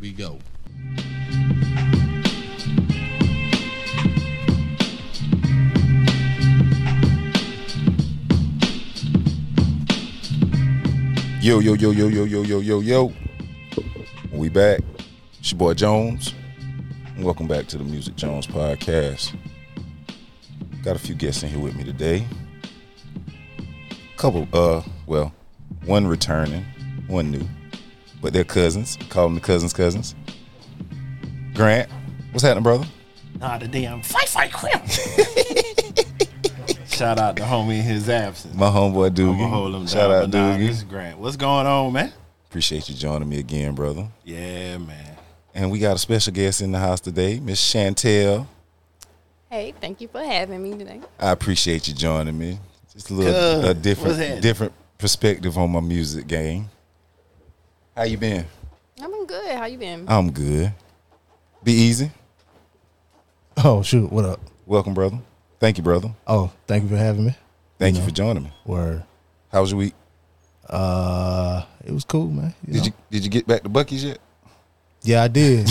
we go. Yo, yo, yo, yo, yo, yo, yo, yo, yo. We back. It's your boy Jones. And welcome back to the Music Jones Podcast. Got a few guests in here with me today. Couple, uh, well, one returning, one new, but they're cousins. Call them the cousins' cousins. Grant, what's happening, brother? Nah, the damn fight fight crap. Shout out to homie in his absence. My homeboy Doogie. Mm-hmm. I'ma hold him Shout down, out but nah, Doogie. this is Grant. What's going on, man? Appreciate you joining me again, brother. Yeah, man. And we got a special guest in the house today, Miss Chantel. Hey, thank you for having me today. I appreciate you joining me. Just a little Good. a What's different happening? different perspective on my music game. How you been? I've been good. How you been? I'm good. Be easy. Oh shoot, what up? Welcome, brother. Thank you, brother. Oh, thank you for having me. Thank you know. for joining me. Word. How was your week? Uh it was cool, man. Did you did you get back to Bucky's yet? Yeah, I did.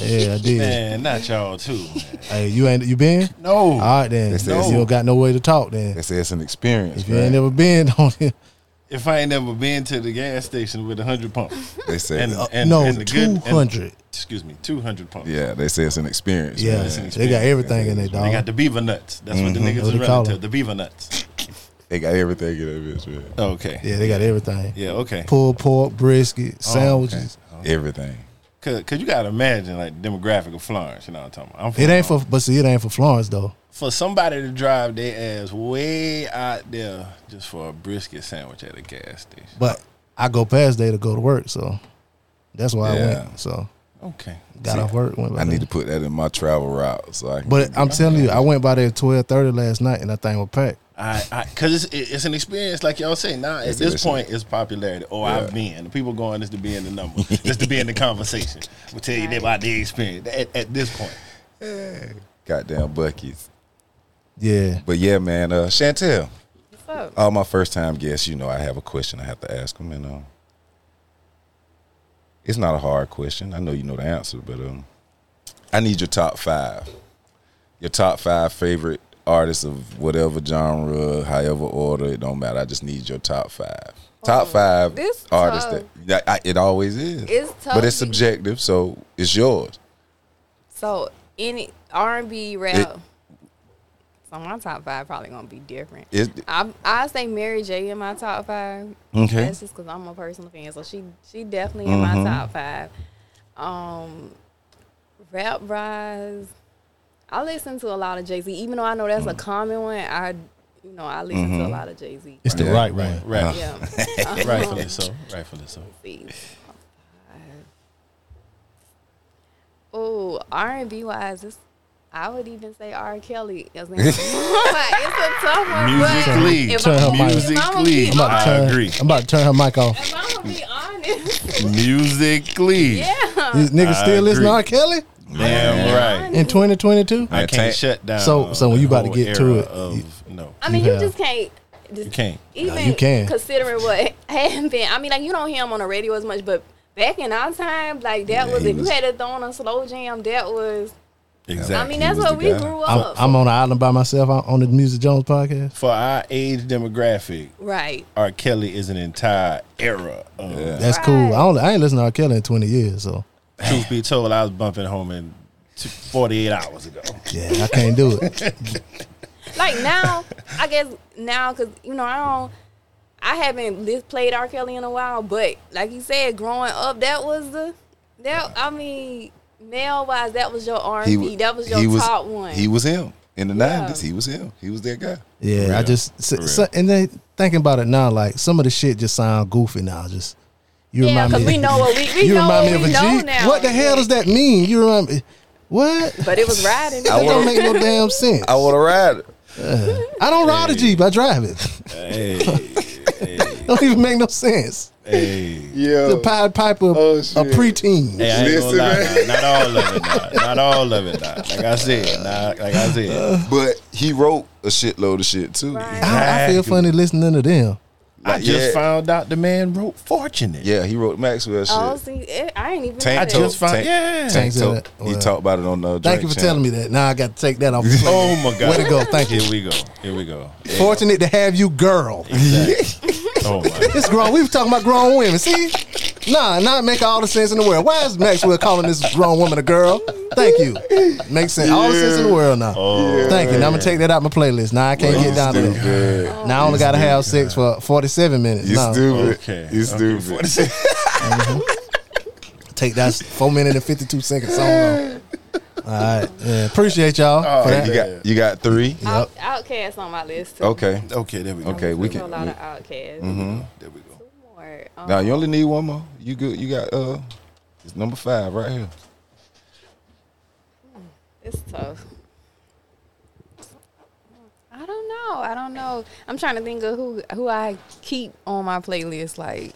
yeah, I did. Man, not y'all too. Man. Hey, you ain't you been? No. All right then. They said- You don't got no way to talk then. They say it's an experience. If you right? ain't never been on here. if I ain't never been to the gas station with a hundred pumps. they say And, and, Uh, no, and the good- and- 200. excuse me, two hundred pumps. yeah, they say it's an experience. Yeah. man. They got everything in there, dog. They got the beaver nuts. That's what the niggas Mm-hmm. What is they call running to. them. The beaver nuts. They got everything in that bitch, man. Okay. Yeah. yeah, they got everything. okay. Pulled pork, brisket, sandwiches. Everything. Cause, Cause you gotta imagine like the demographic of Florence. You know what I'm talking about. I'm from It ain't Florence. for but see it ain't for Florence though. for somebody to drive their ass way out there just for a brisket sandwich at a gas station. But I go past there to go to work, so that's why I Yeah. went. So Okay. got off work, went by I need there. to put that in my travel route so I can uh, But I'm telling you, I went by there at twelve thirty last night, and that thing was packed. I, I, cause it's, it- it's an experience, like y'all say. Now at It's this listen. point, it's popularity. Oh, I've been. The people going just to be in the number, just to be in the conversation. We'll tell you Right. about the experience at, at this point. goddamn Bucky's. Yeah, But yeah, man, uh Chantel. What's up? All my first time guests, you know, I have a question I have to ask them, and um, it's not a hard question. I know you know the answer, but um, I need your top five, your top five favorite artists of whatever genre, however order, it don't matter. I just need your top five, top Oh, five this artists. tough. That, that I, it always is, It's tough but it's because- subjective, so it's yours. so any R and B rap. It- so my top five probably gonna be different. It, I I say Mary J in my top five. okay, Mm-hmm. That's just because I'm a personal fan, so she she definitely in my top five. Um, rap rise. I listen to a lot of Jay Z, even though I know that's Mm. a common one. I you know I listen Mm-hmm. to a lot of Jay Z. it's the Yeah. right one. Right, Yeah. Um, rightfully so. Rightfully so. Oh, R and B wise, it's, I would even say R. Kelly. It's a tough one. Musically. but if Turn her I'm, mic. if I'm gonna Musically. be I'm about, to I honest, turn, agree. I'm about to turn her mic off. if I'm gonna be honest, Musically, yeah, These niggas I still listen to agree. R. Kelly damn right. in 2022. I Man, can't Tank- shut down. So- so when the you about to whole get to era it, you- of no, I mean You you, have- just can't. Just, you can't. Even you can. considering what had been. I mean, like you don't hear him on the radio as much, but back in our time, like that Yeah, was he if was- you had to throw on a slow jam, that was. Exactly. I mean, he that's was what the we guy. grew I'm, up. I'm on an island by myself on- on the Music Jones podcast. for our age demographic, right. R. Kelly is an entire era. Um, Of, Yeah. That's Right. cool. I, don't, I ain't listened to R. Kelly in 20 years, so Truth be told, I was bumping home in t- 48 hours ago. yeah, I can't do it. like now, I guess now because you know I don't, I haven't lis- played R. Kelly in a while. But like you said, growing up, that was the that I mean, male wise, that was your R and wa- B. That was your he top one. He was him in the Yeah. nineties. He was him. He was that guy. Yeah, I real. just real. so, so- and then thinking about it now, like some of the shit just sound goofy now. Just you yeah, remind because me. we know what we, we you know remind what me of we a know G. now. What the hell does that mean? You remind me. What? That But it was riding. I don't wanna- make no damn sense. I want to ride it. I don't ride a Jeep. I drive it. hey, don't even make no sense. hey. Yeah. The Pied Piper, Oh, a shit. preteen. Hey, I ain't gonna Listen, lie, nah, not all of it, nah. not all of it. Nah. Like I said, nah, like I Uh, said, But he wrote a shitload of shit too. Right. I, I feel funny listening to them. I Like, just yeah. found out the man wrote Fortunate. Yeah, he wrote Maxwell shit. Oh, see, it, I ain't even. Tank know I that. Top. just found Tank- yeah. Tank Thanks, Top. uh, He well, talked about it on the. Thank you for telling me that. Now I got to take that off. the plate. Oh my god. Way to go. Thank you. Here we go. Here we go. Fortunate to have you, girl. Oh my. It's grown. We were talking about grown women. See, nah, not make all the sense in the world. Why is Maxwell calling this grown woman a girl? Thank you. Makes sense. All the sense in the world now. Oh, Oh. Thank you. Now I'm gonna take that out my playlist. Now I can't get down to that. that. Now I only gotta have sex for 47 minutes. You No, stupid. Okay. You Okay, stupid. take that four minute and 52 second song. off. All right. Yeah, appreciate y'all Oh, for Hey, that. you got you got three. Out, Outcast on my list. Too. Okay. Okay, there we go. Okay, we There's can- A we- lot Mm-hmm. of Outcast. There we go. More. Um, Now you only need one more. You good? You got uh, it's number five right here. It's tough. I don't know. I don't know. I'm trying to think of who who I keep on my playlist. Like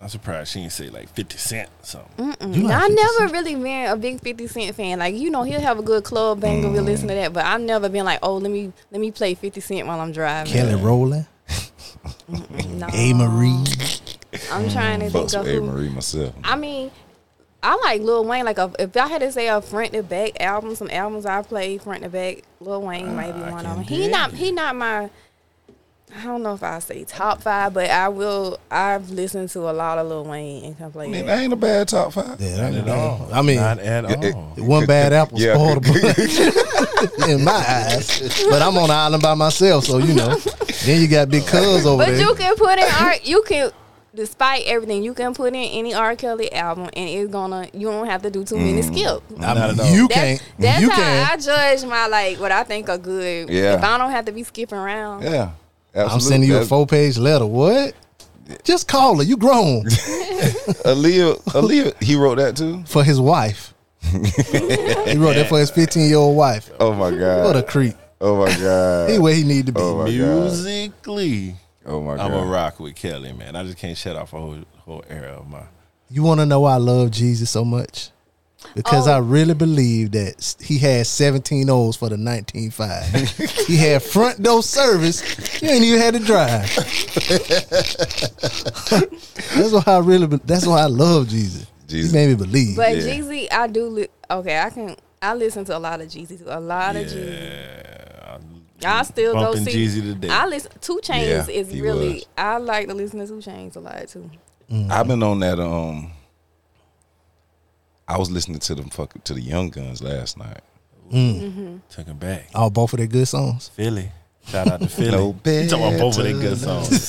I'm surprised she didn't say like 50 Cent or something. You like Now, I 50 never really been a big Fifty Cent fan. Like you know, he'll have a good club banger. We'll listen to Mm. that, but I've never been like, oh, let me let me play Fifty Cent while I'm driving. Kelly Rowland, No. A. Marie. Mm. I'm trying to think Fucks of with A who. Marie myself. I mean, I like Lil Wayne. Like a, if I had to say a front to back album, some albums I play front to back, Lil Wayne might be I one can of them. He dig not it. he not my. I don't know if I say top five, but I will. I've listened to a lot of Lil Wayne and can play I mean, that. that ain't a bad top five. Yeah, Not that- at all. I mean, not at all. it- One bad apple Yeah. spoiled a bunch in my eyes. But I'm on the island by myself, so you know. Then you got big cuz over But there. you can put in art. You can, despite everything, you can put in any R. Kelly album, and it's gonna. You don't have to do too many skips. I mean, Not at all. you That's, can't. that's you how I can. judge my like what I think are good. Yeah. If I don't have to be skipping around, Yeah, I'm sending you a four page letter. What? Just call her. You grown Aaliyah, Aaliyah, he wrote that too. for his wife. he wrote that for his 15 year old wife. Oh my What a god. creep. Oh my god. He where he need to be. Oh, my God. Musically, Oh my I'm a god. rock with Kelly, man. I just can't shut off a whole whole era of my. You want to know why I love Jesus so much? Because Oh. I really believe that s- he had 17 O's for the 19.5. he had front door service. You ain't even had to drive. that's why I really. be- That's why I love Jesus. Jesus. He made me believe. But Yeah. Jeezy, I do. Li- okay, I can. I listen to a lot of Jeezy. too, A lot of Jeezy. Yeah, I still go Bumping see Jeezy today. I listen. Two Yeah, Chains is he really. was. I like to listen to Two Chains a lot too. I've been on that. Um, I was listening to them fucking to the Young Guns last night. took him back. All both of their good songs. Philly, shout out to Philly. No You talking about both of their better good songs.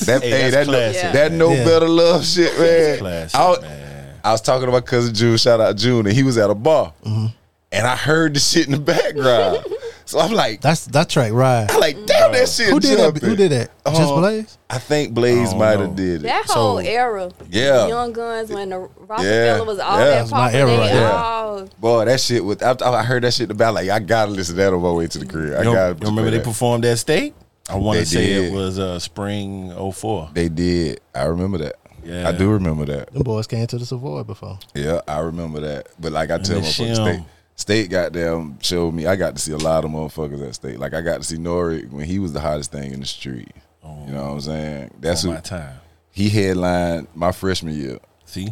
That Hey, hey, that that's no, classic, that no Yeah. better love shit, man. Classic, I, was- man. I was talking to my cousin June. Shout out June, and he was at a bar, Mm-hmm. and I heard the shit in the background. so I'm like, That's that track, right? I'm like, Mm-hmm. damn, that shit. Who did that? jumping. Who did that? Just Uh, Blaze. I think Blaze I don't might know. have did it. That So- whole era, Yeah. Young Guns, when the Rockefeller Yeah, was all yeah. That that was my popular, era they right there. all Boy, that shit was. I, I heard that shit in the back. Like, I gotta listen to that on my way to the crib. I You gotta don't- you remember play they that. performed that state? I want They to say did. it was uh, spring 04. They did. I remember that. Yeah. I do remember that. Them boys came to the Savoy before. Yeah, I remember that. But like I tell the motherfuckers, shim. state, state goddamn showed me. I got to see a lot of motherfuckers at state. Like I got to see Norik when he was the hottest thing in the street. you know what I'm saying? That's for who my time. he headlined my freshman year, See,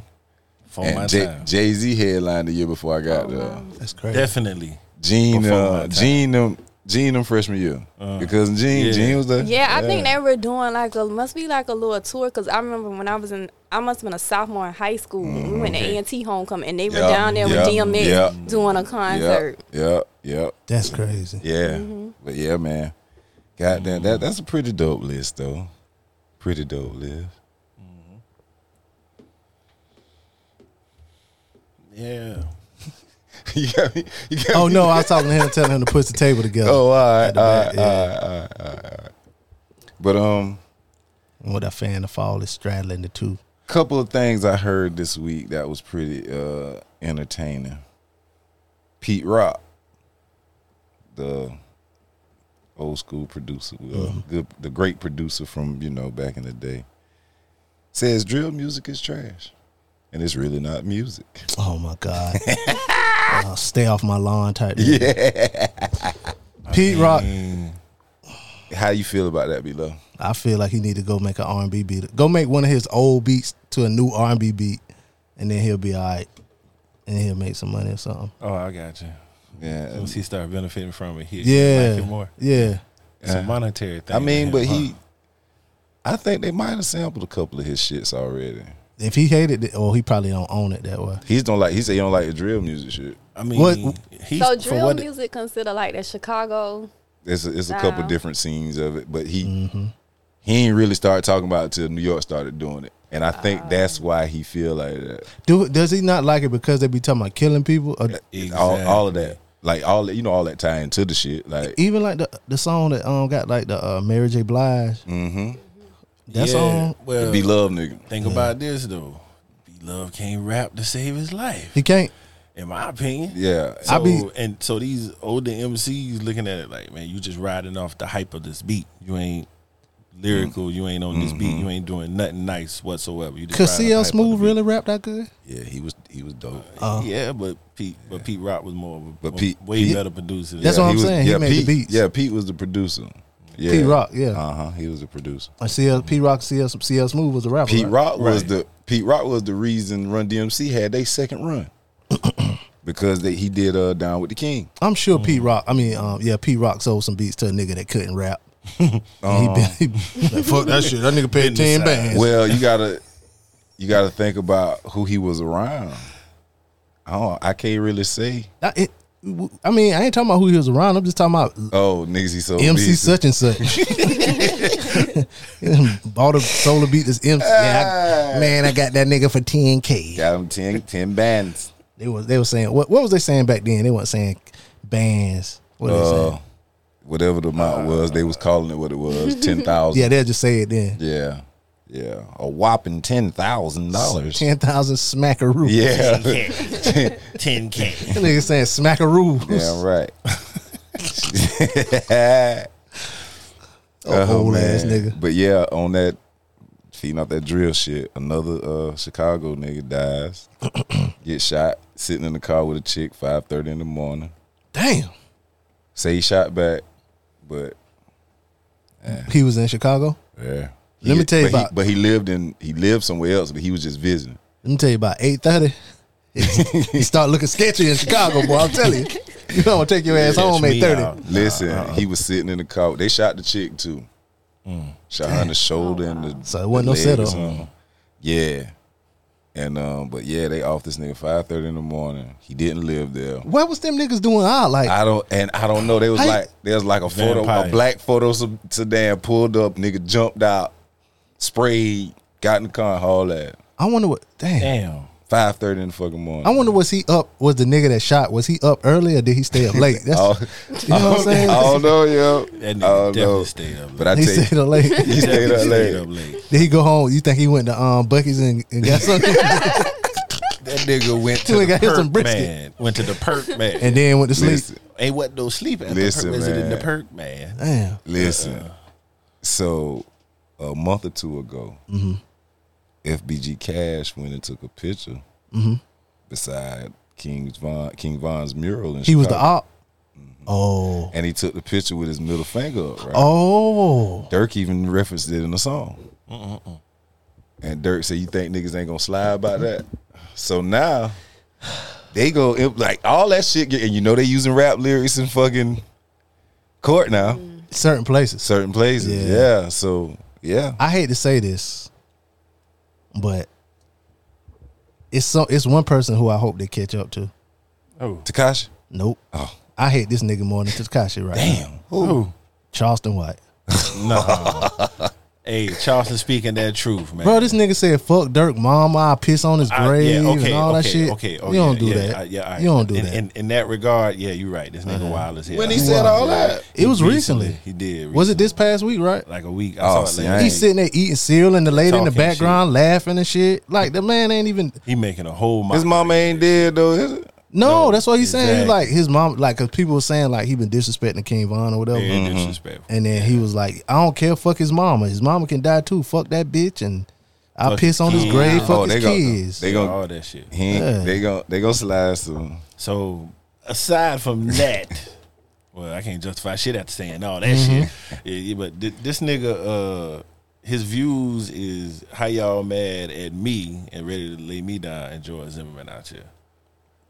for my and time. Jay Z headlined the year before I Oh, got there. That's crazy. Definitely. Gene, Before my uh, time. Uh, Gene, them, Gene, them freshman year because Gene, Yeah. Gene was there. Yeah, I think they were doing like a must be like a little tour because I remember when I was in I must have been a sophomore in high school. We went to A and T homecoming and they were Mm-hmm. Yeah, down there with yeah, DMX yeah. doing a concert. Yep, yep, yep. That's crazy. Yeah. Mm-hmm. But yeah, man. Goddamn, Mm-hmm. that that's a pretty dope list though. Pretty dope list. Yeah. you got me. You got Oh me. no, I was talking to him, telling him to push the table together. Oh, all right, the all back, right, yeah. all right, all right, all right, all right. But um, And what I fan the fall is straddling the two. couple of things I heard this week that was pretty uh entertaining. Pete Rock, the old school producer, well, good, the great producer from you know back in the day, says drill music is trash, and it's really not music. Oh my god. Uh, stay off my lawn type. Yeah. Pete Rock. Mm, How you feel about that, below? I feel like he need to go make an R and B beat. Go make one of his old beats to a new R and B beat, and then he'll be all right, and he'll make some money or something. Oh, I got you. Yeah, Once he start benefiting from it, he Yeah, like it more. yeah. It's a monetary thing. I mean, with but him, he, I think they might have sampled a couple of his shits already. If he hated it, or he probably don't own it that way. He's don't like. He said he don't like the drill music shit. huh? I mean, What- he's So for drill what music consider like the Chicago. It's a, it's a couple Wow. different scenes of it, but he Mm-hmm. he ain't really started talking about it till New York started doing it, and I think that's why he feel like that. Do does he not like it because they be talking about killing people? Or And All all of that, like all that- you know, all that tie into the shit. Like even like the the song that um got like the uh, Mary J. Blige. mhm. That yeah, song The Well, be love nigga. think about this though. B Love can't rap to save his life, he can't. in my opinion. Yeah, So, I be- and so these older MCs looking at it like, man, you just riding off the hype of this beat. You ain't Mm. lyrical. You ain't on this Mm-hmm. beat. You ain't doing nothing nice whatsoever. You just Could riding CL off the hype of the Smooth uh, beat. really rap that good? yeah, he was he was dope. yeah, but Pete, but Pete Rock was more of a But but Pete- way Pete- better producer. That's yeah, what I'm he was, saying. He Yeah, made the Pete, beats. Yeah, Pete was the producer. Yeah. Pete Rock, yeah. Uh huh. He was the producer. Like CL P Rock CL CL Smooth was a rapper. Pete right? Rock was Right. the Pete Rock was the reason Run DMC had their second run because they, he did uh Down with the King. I'm sure Pete Rock. I mean, um, yeah, Pete Rock sold some beats to a nigga that couldn't rap. he been, he Uh-huh. like, fuck that shit. That nigga paid ten bands. Well, you gotta you gotta think about who he was around. I don't, I can't really say. I, it, I mean, I ain't talking about who he was around. I'm just talking about Oh, niggas, he so MC busy. such and such. Bought a solar beat this MC. Yeah, I- man, I got that nigga for ten k. Ah! got him 10, 10 bands. They was they was saying what what was they saying back then? They weren't saying bands. What they Uh, saying? whatever the amount was, they was calling it what it was ten thousand. Yeah, they'll just say it then. yeah, yeah, a whopping ten thousand dollars. Ten thousand smackaroo. Yeah, ten k. That nigga saying smackaroo. Yeah, right. oh, old Uh-huh, ass nigga. But yeah, on that feeding off that drill shit, another uh Chicago nigga dies, get shot, sitting in the car with a chick, five thirty in the morning. Damn. Say he shot back, but He was in Chicago. yeah. Let me tell you but about- He, but he lived in he lived somewhere else, but he was just visiting. Let me tell you about eight thirty. you start looking sketchy in Chicago, boy. I'm telling you, you don't want to take your ass home Catch eight me thirty. out. Listen, he was sitting in the car. They shot the chick too. Shot her in the shoulder and the Mm. So it wasn't no the leg or setup. something. Yeah. And um, but yeah, they off this nigga five thirty in the morning. He didn't live there. What was them niggas doing out? Like I don't and I don't know. They was How you- like there was like a photo, a Vampire. black photo sed- sedan pulled up. Nigga jumped out, sprayed, got in the car, and hauled that. I wonder what. Damn. Damn. Five thirty in the fucking morning. I wonder was he up? Was the nigga that shot? Was he up early or did he stay up late? That's Oh, you know what I'm saying. I don't know, yo. That nigga I don't definitely know. stayed up late. But I he tell you, stayed up late. he stayed up late. did he go home? You think he went to um Bucky's and, and got something, That nigga went He to got him some Perk brisket man went to the perk man. and then went to sleep? listen, ain't what no sleep at Listen, the perk, is it in the man. perk man? Damn. listen. Uh-uh. so a month or two ago, Mm-hmm. FBG Cash went and took a picture Mm-hmm. beside King Von King Von's mural, and He was the op. Oh. and he took the picture with his middle finger up. Right? Oh. Dirk even referenced it in the song. And Dirk said, "You think niggas ain't gonna slide about that?" So now they go it- like all that shit, get- and you know they using rap lyrics in fucking court now, Certain places. certain places. Mm. Yeah. Yeah. so yeah, I hate to say this, but it's so it's one person who I hope they catch up to. Oh, Takashi. Nope. Oh. I hate this nigga more than Takashi right now. Damn. Ooh. Charleston White. no. hey, Charleston speaking that truth, man. Bro, this nigga said, fuck Dirk mama, I piss on his I- yeah, grave and all okay, that shit. Okay, oh, you don't yeah, do yeah, that. I- yeah, all right. You don't do in, that. Uh-huh. In, in that regard, yeah, you're right. This nigga wild as hell. When he said all that, it was recently. he did. Was it this past week, right? like a week? I Oh, saw it see, later. He's I ain't- sitting there eating cereal and the lady in the Talking background laughing and shit. Like the man ain't even He making a whole. his mockery. mama ain't dead though, is it? No, that's what he's saying. He exactly. like his mom like cause people were saying like he been disrespecting King Von or whatever. Very Mm-hmm. disrespectful. And then he was like, I don't care, fuck his mama. His mama can die too. Fuck that bitch and I Fuck piss his on his kids. grave, fuck Oh, his they gonna- kids. They gonna- all that shit. He ain't, Yeah. They gon' they gonna slide some. So aside from that, well, I can't justify shit after saying all that Mm-hmm. shit. Yeah, yeah, but thi- this nigga, uh, his views is how y'all mad at me and ready to lay me down and George Zimmerman out here.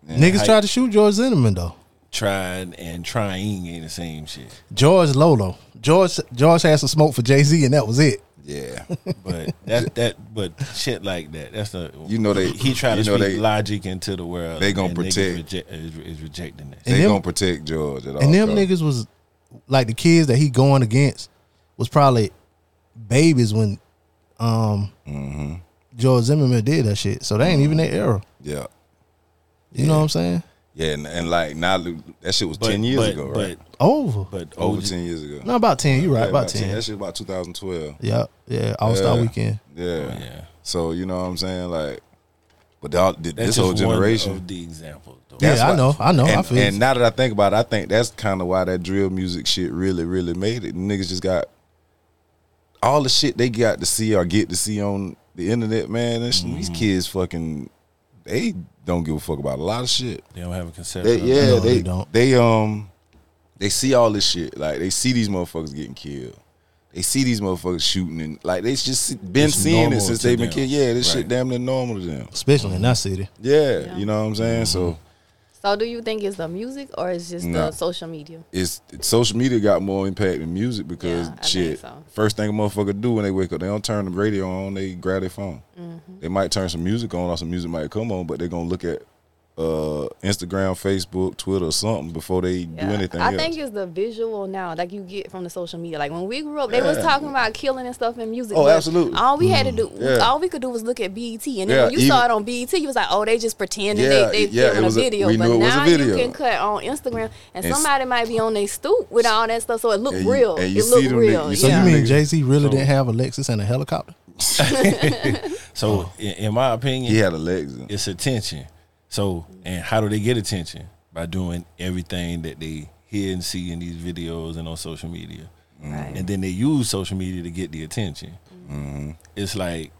Niggas tried to shoot George Zimmerman though. Tried and trying ain't the same shit. George Lolo. George George had some smoke for Jay Z, and that was it. Yeah. But that that but shit like that. That's the You know they- he tried to you know speak they- logic into the world. they gonna and niggas protect. reje- is, is rejecting that. And they them- gonna protect George at all. And them costs. niggas was like the kids that he going against was probably babies when um Mm-hmm. George Zimmerman did that shit. So they ain't even their era. Yeah. You know what I'm saying? Yeah, and, and like now that shit was But, ten years but, ago, but, right? Over. But Over OG ten years ago. no, about ten. You right? Yeah, about, ten. That shit about 2012. Yeah, yeah. All Star Yeah. Weekend. Yeah. yeah. So you know what I'm saying, like, but all, th- That's this whole just one generation. of the examples. Though. Yeah, that's I why- know. I know. and, I feel. and you. now that I think about it, I think that's kind of why that drill music shit really, really made it. Niggas just got all the shit they got to see or get to see on the internet, man. This, Mm-hmm. These kids fucking, they don't give a fuck about a lot of shit. They don't have a conception. They, of yeah, Uh, No, they, they they don't. um they see all this shit. Like they see these motherfuckers getting killed. They see these motherfuckers shooting and like they just see- been It's seeing it normal since to they've been them. killed. Yeah, this shit Right. damn near normal to them. Especially in that city. Yeah, Yeah. you know what I'm saying? Mm-hmm. So So, do you think it's the music or it's just No. the social media? it's social media got more impact than music because Yeah, I think shit. so. First thing a motherfucker do when they wake up, they don't turn the radio on, they grab their phone. Mm-hmm. They might turn some music on or some music might come on, but they're gonna look at uh Instagram, Facebook, Twitter or something before they do anything I else. think it's the visual now, like you get from the social media. Like when we grew up, they was Yeah. talking about killing and stuff in music. Oh, but absolutely. Mm-hmm. All we had to do, Yeah. all we could do was look at BET, and then Yeah, when you even- saw it on BET, you was like, oh, they just pretending Yeah, they they yeah, it filming was a a- video. we but knew it was a now video. you can cut on Instagram, and, And s- somebody might be on their stoop with all that stuff, so it looked And you- real. and you it looked see them real. niggas- you So see yeah. you mean Niggas- Jay Z really so- didn't have a Lexus and a helicopter? So, in, in my opinion, He had a legs. in. it's attention. So, and how do they get attention? By doing everything that they hear and see in these videos and on social media. Mm. Right. And then they use social media to get the attention. It's like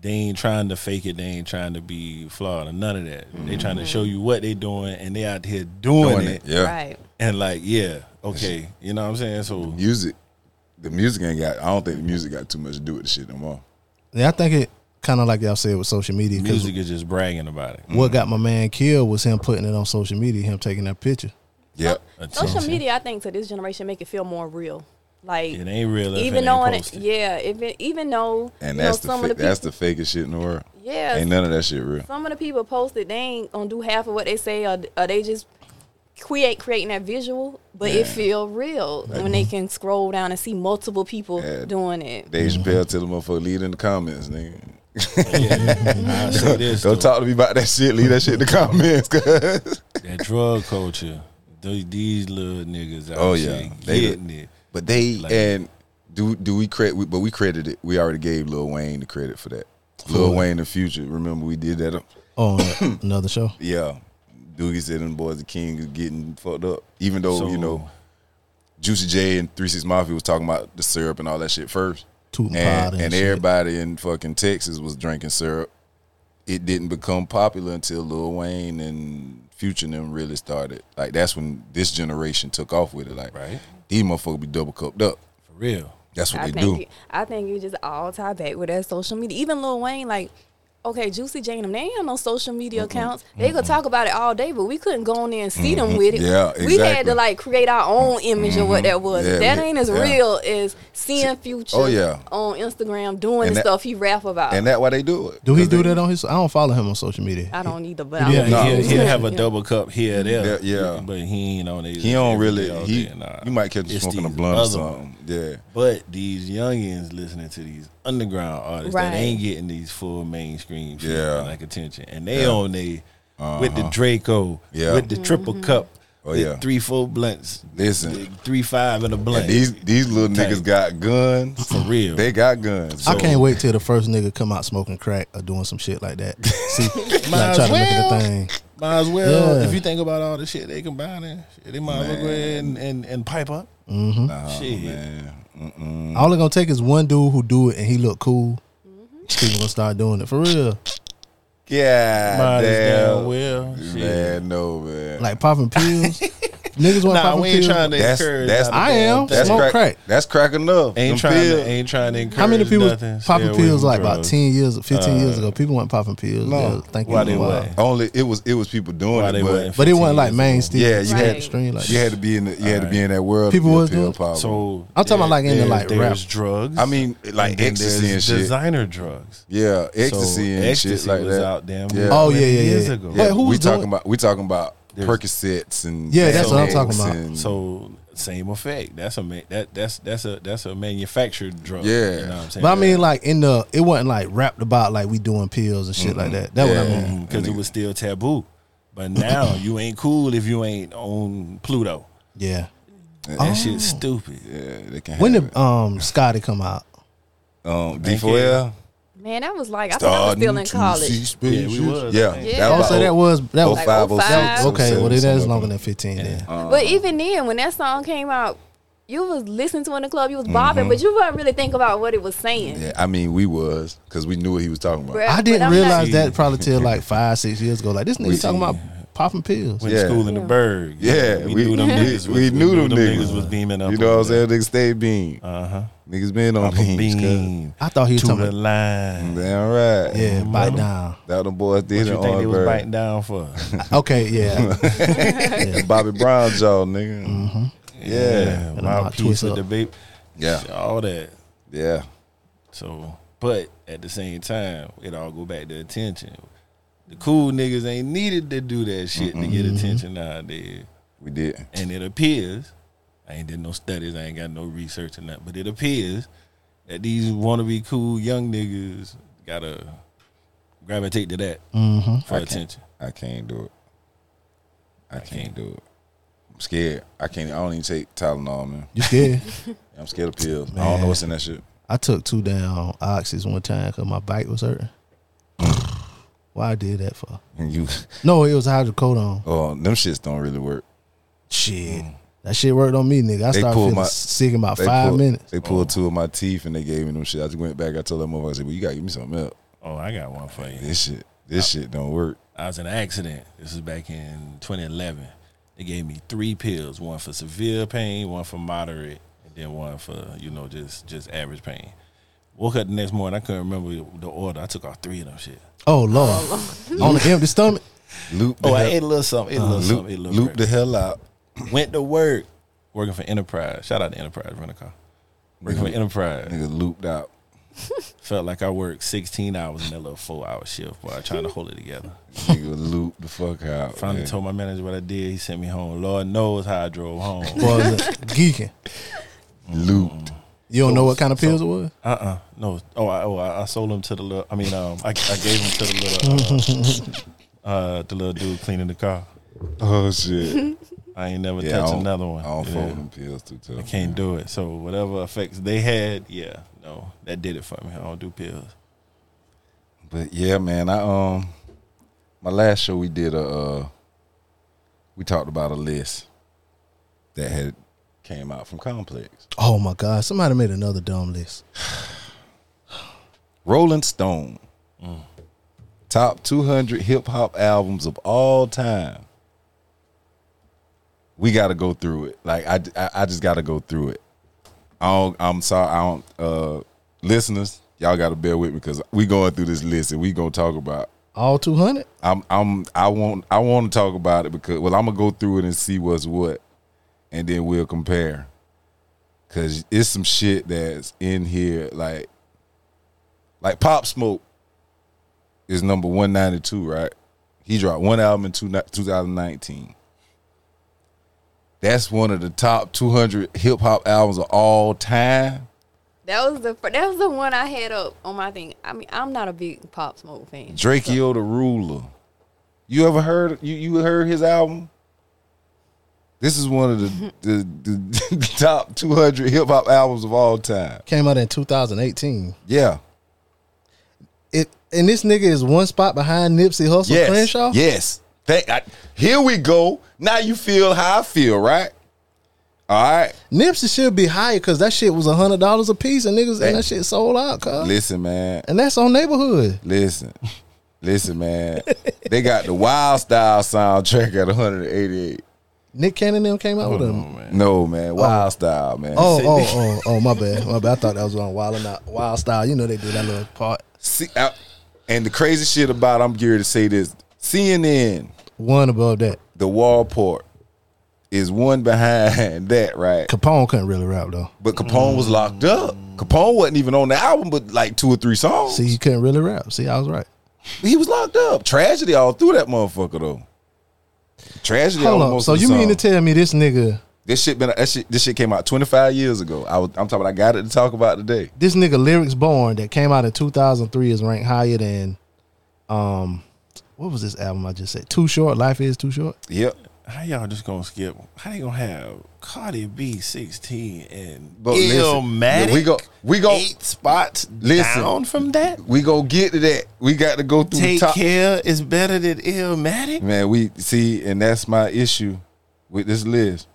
they ain't trying to fake it. They ain't trying to be flawed or none of that. They trying Mm-hmm. to show you what they doing and they out here doing, Doing it. it, yeah. Right. And like, yeah, okay. You know what I'm saying? So, Music, the music ain't got. I don't think the music got too much to do with the shit no more. Yeah, I think it kind of like y'all said with social media. 'cause Mm. music Mm. is just bragging about it. what got my man killed was him putting it on social media, him taking that picture. Yep. Social Attention. media, I think, to this generation, make it feel more real. Like It ain't real. if even it though, ain't it, posted. yeah, if it, even though, And you that's know, some the fa- of the that's people, the fakest shit in the world. yeah, Ain't none of that shit real. some of the people posted they ain't gonna do half of what they say or, or they just create creating that visual but it feel real when they can scroll down and see multiple people Yeah. doing it Dave Chappelle tell the motherfucker leave it in the comments, nigga. Yeah. I say this, Don't though. talk to me about that shit. Leave that shit in the comments. 'cause- that drug culture. Those, these little niggas out Oh, oh, yeah. yeah. They getting it. but they Like- and do do we credit? We, but we credited. it. We already gave Lil Wayne the credit for that. Lil Wayne the future. Remember we did that. uh, on a- another show. Yeah, Doogie said them boys the king is getting fucked up. Even though So- you know Juicy J and Three Six Mafia was talking about the syrup and all that shit first. Tootin' and, Pod and and shit. everybody in fucking Texas was drinking syrup. It didn't become popular until Lil Wayne and Future and them really started. Like that's when this generation took off with it. Like Right. these motherfuckers be double cupped up. For real. That's what I they think do. It, I think you just all tie back with that social media. Even Lil Wayne, like, okay, Juicy J and them, they ain't have no social media accounts. They could talk about it all day, but we couldn't go on there and see them with it. Yeah, We had exactly. Mm-hmm. to like create our own image of what that was. Yeah, that we- ain't as yeah. real as seeing Future oh, yeah. on Instagram doing And the that- stuff he rap about. and that why they do it. Do he 'Cause do they- that on his? I don't follow him on social media. I don't either, but Yeah, I'm, No. he'll, he'll have a Yeah. double cup here or there. Yeah, yeah. But he ain't on it. He don't really. all He day, nah. you might catch him It's smoking a these blunt or other something. Yeah. But these youngins listening to these underground artists Right. that ain't getting these full mainstream shit, Yeah. Uh-huh. like attention, and they on they with the Draco, Yeah. with the triple cup, Oh, with yeah. three four blunts, Listen. three five and a blunt. These these little Tight. niggas got guns. for real. They got guns. I can't wait till the first nigga come out smoking crack or doing some shit like that. See, like as trying to look at the well. thing. Might as well. Yeah. If you think about all the shit they combining, shit, they might as well go ahead and, and, and pipe up. Nah, Shit. man. Mm. All it gonna take is one dude who do it and he look cool. Mm-hmm. People gonna start doing it for real. Yeah, Might as damn damn. well. Shit. Man, no, man. Like popping pills. niggas want to Nah, pop a we ain't pill. trying to That's- encourage. that's- not a I damn am. thing. That's Smoke crack, crack. That's cracking enough. Ain't Them trying. To, pills. ain't trying to encourage. How many people was nothing. Stay popping away pills from like about drugs. ten years, fifteen years ago? People weren't popping pills. Uh, No. No, thank you. Why for they a while. wasn't? Only it was it was people doing Why it, they but wasn't But it wasn't 15 like years mainstream. Yeah, you had- extreme like you that. had to be in the, you had to be in that world. People to be a was pill doing- popper. So I'm talking about like in the, there- like, there's rap. drugs. I mean, like then ecstasy there's and shit. Designer drugs. yeah, So ecstasy and ecstasy shit like was that. out there. Yeah. Oh yeah, yeah, yeah. Years ago. But Yeah, who we was talking doing? about we talking about There's- Percocets and Yeah, that's what I'm Xanax talking about. and- So same effect. That's a ma- that that's that's a that's a manufactured drug. Yeah. you know what I'm saying. But I mean, like in the, it wasn't like rapped about like we doing pills and shit like that. That what I Yeah. mean. because Mm-hmm. it was still taboo. But now you ain't cool if you ain't on Pluto. Yeah. That Oh. shit's stupid. yeah, they can When have did um Scotty come out? it. um D4L Man, that was like I think I was still in college. yeah, we was, I yeah, think. Yeah. that Oh, was so about that was that was 05, Like 06, five. okay. Well, it is something longer like than fifteen then. But even then, when that song came out, you was listening to it in the club, you was bobbing, but you weren't really thinking about what it was saying. that. Mm-hmm. Yeah, I mean, we was because we knew what he was talking about. Bruh, I but didn't I'm not- realize that probably till like five, six years ago. Like this We- nigga talking about popping pills. Went Yeah. to school in the Yeah. Berg. Yeah, we, knew them we- niggas. we was, knew them niggas. was beaming up. You know what I'm saying? Niggas stay beam. Uh huh. Niggas been on I'm a beams. cuz. beam. I thought he was To talking. the About, line. Damn right. yeah, bite down. That them boys Mm-hmm. What did it you think on they was Bird. biting down for? Okay, yeah. Bobby Brown jaw, nigga. Yeah. And my about piece twist with up. the baby. Yeah. all that. Yeah. So, but at the same time, it all go back to attention. The cool niggas ain't needed to do that shit to get attention nowadays. We did. And it appears, I ain't did no studies, I ain't got no research or nothing, but it appears that these wannabe cool young niggas gotta gravitate to that for attention. I can't do it. I can't do it. I'm scared. I can't I don't even take Tylenol, man. You scared? I'm scared of pills. I don't know what's in that shit. I took two down oxys one time because my back was hurting. Why I did that for? And you No, it was hydrocodone. oh them shits don't really work. Shit. That shit worked on me, nigga. I Mm. They started pulled feeling my- sick in about five pulled, minutes. They Oh. pulled two of my teeth and they gave me them shit. I just went back, I told that motherfucker, I said, Well, you gotta give me something else. Oh, I got one for you. This shit this shit don't work. I was in an accident. This was back in 2011. They gave me three pills: one for severe pain, one for moderate, and then one for you know just just average pain. Woke up the next morning. I couldn't remember the order. I took all three of them shit. Oh lord, on an empty stomach. Loop the Oh, I hell, ate a little something. Ate a little loop, something. Ate a little loop Uh, the hell out. breakfast. Went to work, working for Enterprise. Shout out to Enterprise Rent a Car. Working for Nigga- Enterprise. Nigga looped out. Felt like I worked 16 hours in that little four hour shift, boy. Trying to hold it together. Nigga loop the fuck out. Finally man. told my manager what I did. He sent me home. Lord knows how I drove home. Boy, I was uh, geeking. looped. You don't know what kind of pills it was. Uh uh no oh I, oh I I sold him to the little I mean um I, I gave him to the little uh, uh the little dude cleaning the car Oh shit. I ain't never Yeah, I touched don't- another one I don't Yeah. fold them pills too tough. I can't do it so whatever effects they had yeah no that did it for me I don't do pills But yeah, man, I um my last show we did a uh we talked about a list that had came out from Complex. Oh my god, somebody made another dumb list. Rolling Stone. Top 200 hip hop albums of all time. We got to go through it. Like I, I, I just got to go through it. I don't, I'm sorry, I don't uh listeners, y'all got to bear with me cuz we going through this list and we going to talk about All two hundred. I'm I'm I want I want to talk about it because well I'm gonna go through it and see what's what, and then we'll compare. Cause it's some shit that's in here like, like Pop Smoke is number one ninety two right. He dropped one album in two, 2019. That's one of the top two hundred hip hop albums of all time. That was the fir- that was the one I had up on my thing. I mean, I'm not a big Pop Smoke fan. Drakeo the Ruler. You ever heard you you heard his album? This is one of the the, the, the top 200 hip hop albums of all time. Came out in two thousand eighteen. Yeah. It and this nigga is one spot behind Nipsey Hussle yes. Crenshaw. Yes. Thank I, here we go. Now you feel how I feel, right? All right. Nipsey should be higher because that shit was hundred dollars a piece and niggas and that shit sold out, cuz. Listen, man. Oh. And that's on neighborhood. Listen. Listen, man. they got the Wild Style soundtrack at 188. Nick Cannon them came out with Come them. on, Oh, man. Oh, No, man. Wild style, man. Oh, oh, oh, oh, my bad. My bad. I thought that was on Wild and Out. Wild Style. You know they do that little part. See, I, and the crazy shit about I'm geared to say this: CNN, One above that. the Walport, is one behind that, right? Capone couldn't really rap though. But Capone was locked up. Capone wasn't even on the album, but like two or three songs. Mm. See, he couldn't really rap. See, I was right. he was locked up. Tragedy all through that motherfucker though. Tragedy. Hold on. almost So the you mean song. to tell me this nigga, This shit been that shit. This shit came out 25 years ago. I was, I'm talking. About, I got it to talk about today. this nigga lyrics born that came out in two thousand three is ranked higher than, um, what was this album I just said? Too short. Life is too short. Yep. How y'all just gonna skip? How they gonna have Cardi B sixteen and But listen, Illmatic? we go- we go- eight spots Listen. down from that. We go get to that. We got to go through Take the top. care is better than Illmatic. Man, we see, and that's my issue with this list.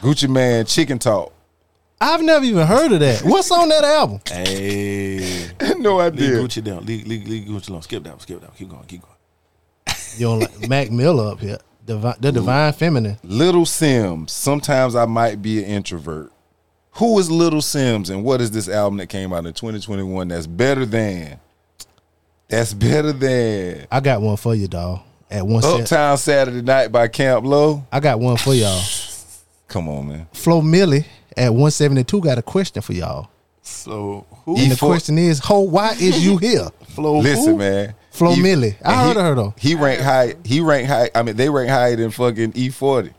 Gucci Man, Chicken Talk. I've never even heard of that. What's on that album? Hey, no leave idea. Gucci down. Leave, leave, leave Gucci alone. Skip that. one, Skip that. one. Keep going. Keep going. You don't like Mac Miller up here. Divi- the Divine Feminine. Little Sims. Sometimes I might be an introvert. Who is Little Sims, and what is this album that came out in 2021 that's better than? That's better than I got one for you, dog. At one cent. Uptown Saturday Night by Camp Low. I got one for y'all. Come on, man. Flo Millie at 172 got a question for y'all. So who? And the E4 question is, Ho, why is you here? Flo Listen, who? man. Flo He- Milli. I and heard of her, though. He ranked high. He ranked high. I mean, they ranked higher than fucking E forty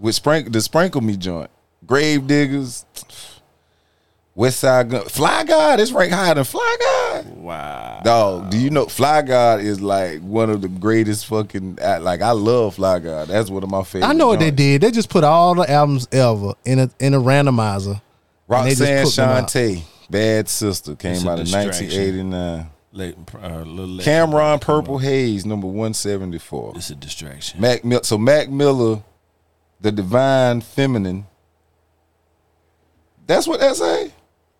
with sprinkle the sprinkle me joint. Grave diggers. West Side Gun. Fly God is ranked higher than Fly God. Wow. Dog, do you know Fly God is like one of the greatest fucking uh, like I love Fly God. That's one of my favorite. I know what they joints. did. They just put all the albums ever in a in a randomizer. and they just Roxanne put them out. Shante, Bad Sister, came It's a out in distraction. nineteen eighty nine. Late, uh, little late. Cameron Purple Haze, number one seventy four. It's a distraction. Mac Mil- so Mac Miller, the divine feminine. That's what that say.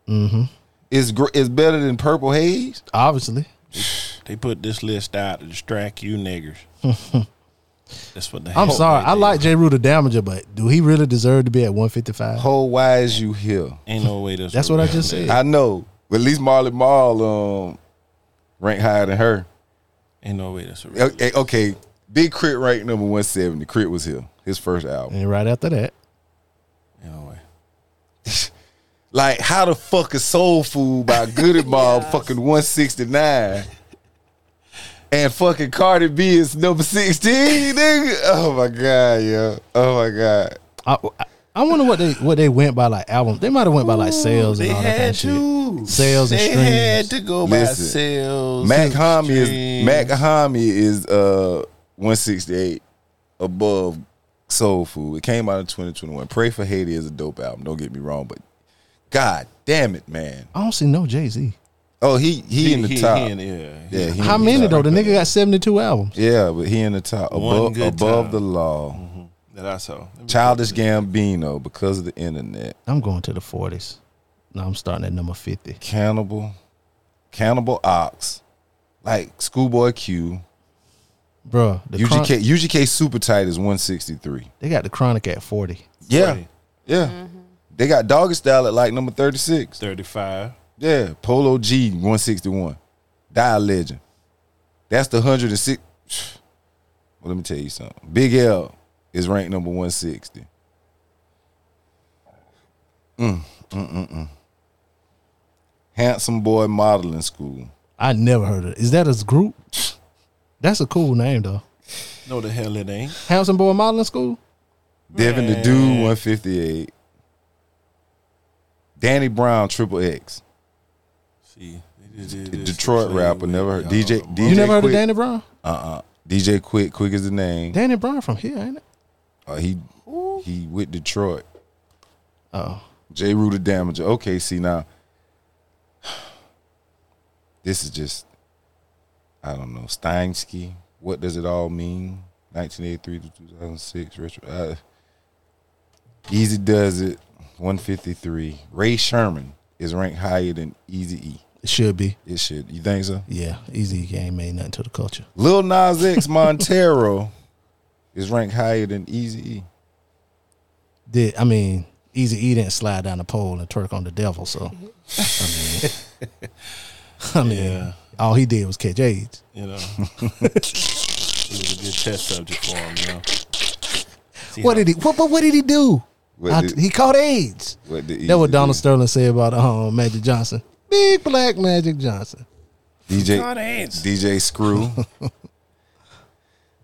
Mm-hmm. Is gr- is better than Purple Haze. Obviously. They put this list out to distract you niggers. That's what the. I'm sorry. I like J. Rue the Damager, but do he really deserve to be at 155? Whole why is you here? Ain't no way. That's, That's what I just said. I know, but at least Marley Marl um ranked higher than her. Ain't no way. That's a real Okay, okay. Big Crit ranked number one seventy. Crit was here. His first album. And right after that, Ain't no way. Like how the fuck is Soul Food by Goody Mob fucking one sixty nine. And fucking Cardi B is number sixteen, nigga. Oh my god, yo. Oh my god. I, I, I wonder what they what they went by like album. They might have went by like sales They and all that kind had of shit. to. Sales and They streams. had to go by Listen, sales. Mac and Hami is streams. Mac Hami is uh one sixty eight above Soul Food. It came out in twenty twenty one. Pray for Haiti is a dope album. Don't get me wrong, but God damn it, man. I don't see no Jay Z. Oh, he he, in the top. He in, yeah. yeah, he How in many the though? top. The nigga got 72 albums. Yeah, but he in the top One above good above time. the law. That I saw. Let me- Childish Gambino because of the internet. I'm going to the 40s. Now I'm starting at number 50. Cannibal, Cannibal Ox, like Schoolboy Q. Bruh, the Chron- UGK UGK Super Tight is one sixty three. they got the Chronic at 40. Yeah. Right. Yeah. They got Doggy Style at like number 36. 35. Yeah. Polo G 161. Die Legend. That's the 106. Well, let me tell you something. Big L is ranked number 160. Mm, mm, mm, mm. mm, Handsome Boy Modeling School. I never heard of it. Is that a group? That's a cool name though. No, the hell it ain't. Hampson Boy Modeling School? Devin the Dude 158. Danny Brown Triple X. See, they just did The this to Detroit play rapper. with Never heard. y'all. DJ. DJ you never heard Quick. of Danny Brown? Uh uh DJ Quick, Quick is the name. Danny Brown from here, ain't it? Uh, he he with Detroit. Oh. J. Rue the Damager. Okay, see now. This is just, I don't know. Steinsky. What does it all mean? 1983 to 2006. Retro. Uh, Easy does it. 153. Ray Sherman is ranked higher than Easy E. It should be. It should. You think so? Yeah. Easy game ain't nothing to the culture. Lil Nas X Montero is ranked higher than Easy E. did I mean Easy E didn't slide down the pole and twerk on the devil, so I mean, I mean Yeah. all he did was catch AIDS. You know, it was a good test subject for him. You know, See What how- did he? What? But what did he do? What I- did- he caught AIDS. What did E That what Eazy Donald do? Sterling said about um, Magic Johnson. Big black Magic Johnson. Got DJ AIDS. DJ Screw.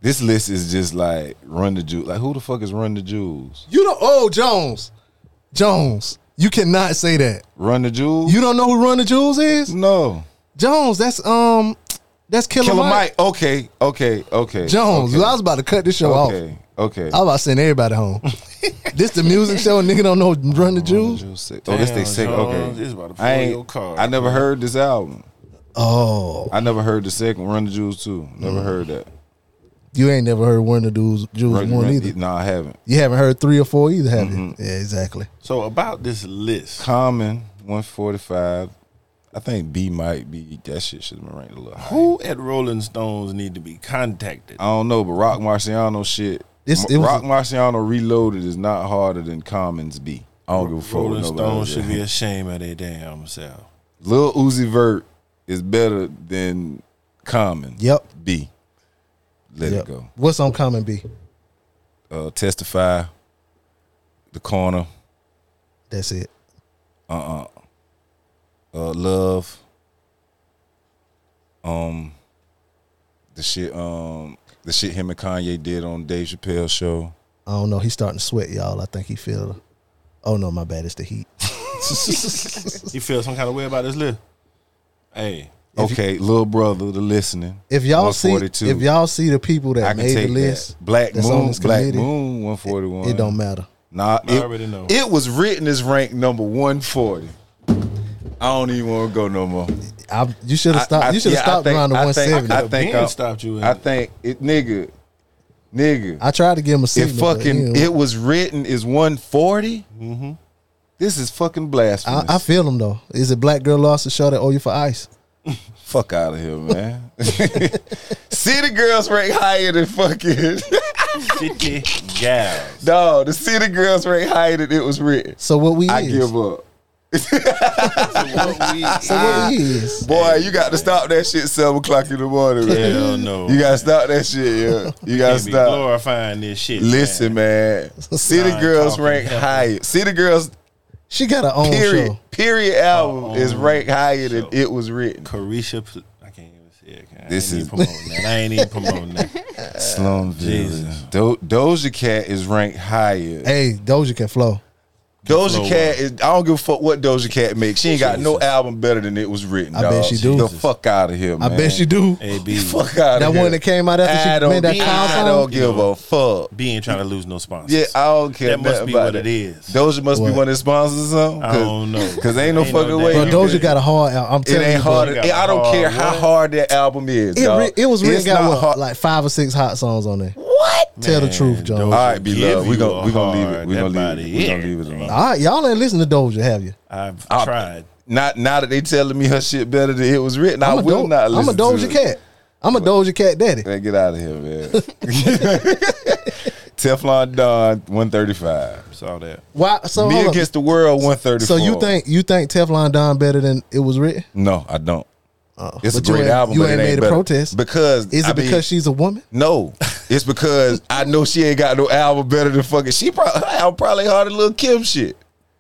this list is just like Run the Jewels. Like who the fuck is Run the Jewels? You don't. Oh, Jones. Jones. You cannot say that. Run the Jewels? You don't know who Run the Jewels is? no. Jones. That's um. That's Killer, Killer Mike. Mike. Okay, okay, okay. Jones. Okay. I was about to cut this show off. okay. okay. I was about to send everybody home. this the music show. and Nigga don't know Run the Jewels. Jewels sick. Oh, this they Damn, sick. Jones, Okay. it's about to I pull ain't, your car. I never heard this album. Oh, I never heard the second Run the Jewels too. Never Mm. heard that. you ain't never heard Run the Jewels Run, one Run- either. No, I haven't. You haven't heard three or four either, have you? Yeah, exactly. So about this list, Common 145. I think B might be that shit should have been ranked a little higher. who at Rolling Stones need to be contacted? I don't know, but Rock Marciano shit. It's- it was- Rock Marciano Reloaded is not harder than Common's B. I don't give a fuck. what Rolling nobody Stones said. should be ashamed of their damn self. Lil Uzi Vert is better than Common. Yep. B. Let Yep. it go. What's on Common B? Uh, testify. The corner. That's it. Uh, love. Um. The shit. Um. The shit him and Kanye did on Dave Chappelle show. I don't know. He's starting to sweat, y'all. I think he feel. Oh no, my bad. It's the heat. You feel some kind of way about this list? Hey, Okay, little brother, the listening. If y'all see, 142. if y'all see the people that I can made take the list, that. Black that's on Moon, this Black committee, Moon, one forty one. it don't matter. Nah, I it, already know. It was written as ranked number one forty. I don't even want to go no more. I, you should have I- stopped. I- you should yeah, have I stopped think- around the I one think- seventy. I I, the think band I- stopped you. I think it, nigga, nigga. tried to give him a It signal. but he fucking didn't- it was written as one Mm-hmm. This is fucking blasphemous. I, I feel him though. Is it black girl lost the show that owe you for ice? Fuck out of here, man. city girls rank higher than fucking. City gals. no, the city girls rank higher than it was written. So what we I is? give up. So what we is? Boy, you got to stop that shit seven o'clock in the morning. Man. Hell no. You gotta stop that shit. Yeah, you gotta Can't be stop. glorifying this shit. Listen, man. City Nah, girls talking rank hell. higher. City girls. She got her own Period. show. Period. Album is own ranked higher than show. it was written. Carisha. Pl- I can't even say it. I This ain't is- even promoting that. I ain't even promoting that. Slum Jesus. Do- Doja Cat is ranked higher. Hey, Doja can flow. Doja Flow Cat is. I don't give a fuck what Doja Cat makes. She ain't got no album better than it was written. I bet dawg. she do. The fuck out of here, man. I bet she do. A B. Fuck out That of here. one that came out I after she don't, made that be- cow I song. don't give a fuck. B ain't trying to lose no sponsors. Yeah, I don't care. That must nothing be about what that. it is. Doja must be What? one of the sponsors or something. I don't know. Because ain't no Ain't no fucking damn- way. Bro, You Doja could- got a hard out. I'm It telling ain't you, bro. hard. Doja got It- I don't hard care how what? hard that album is. It, dog. re- it was really It's got not what, hard. like five or six hot songs on there. What? Tell the truth, Jones. Doja All right, be give love. We you gonna a we gonna leave hard. it. We gonna That leave it. We body gonna is. leave it alone. All right, Ah, y'all ain't listen to Doja, have you? I've I'll- tried. Not now that they telling me her shit better than it was written. I I'm a will Do- not I'm listen. a to Doja it. Cat. I'm a Doja Cat daddy. Man, get out of here, man. Teflon Don, one thirty five. Saw that. Why? So Me hold up. against the world, one thirty so four. you think you think Teflon Don better than it was written? No, I don't. Uh-uh. It's But a you great ain't- album. You but ain't it made a better. protest. because Is I it mean, because she's a woman? No, it's because I know she ain't got no album better than fucking. She probably her album probably harder than Lil Kim shit.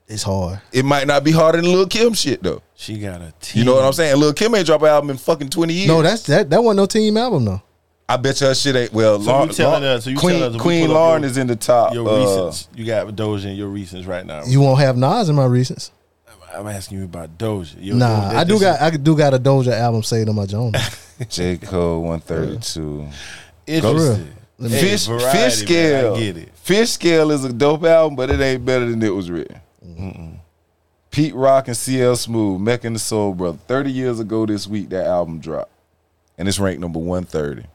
It's hard. It might not be harder than Lil Kim shit though. She got a T. You know what I'm saying? Lil Kim ain't drop an album in fucking twenty years. No, that's that. That wasn't no team album though. I bet you her shit ain't. Well, So Lau- you telling Lau- us- so you Queen telling us we Queen pull up Lauren your- is in the top. Your uh, recents. You got Doja in your recents right now. You won't have Nas in my recents. I'm asking you about Doja. Yo, Nah, that- I do this got I do got a Doja album saved on my Jones. J Cole one thirty two. is For interesting. real. Hey, Fish variety, man, Fish Scale. I get it. Fish Scale is a dope album, but it ain't better than it was written. Pete Rock and CL Smooth, Mecca and the Soul Brother. 30 years ago this week, that album dropped. And it's ranked number 130.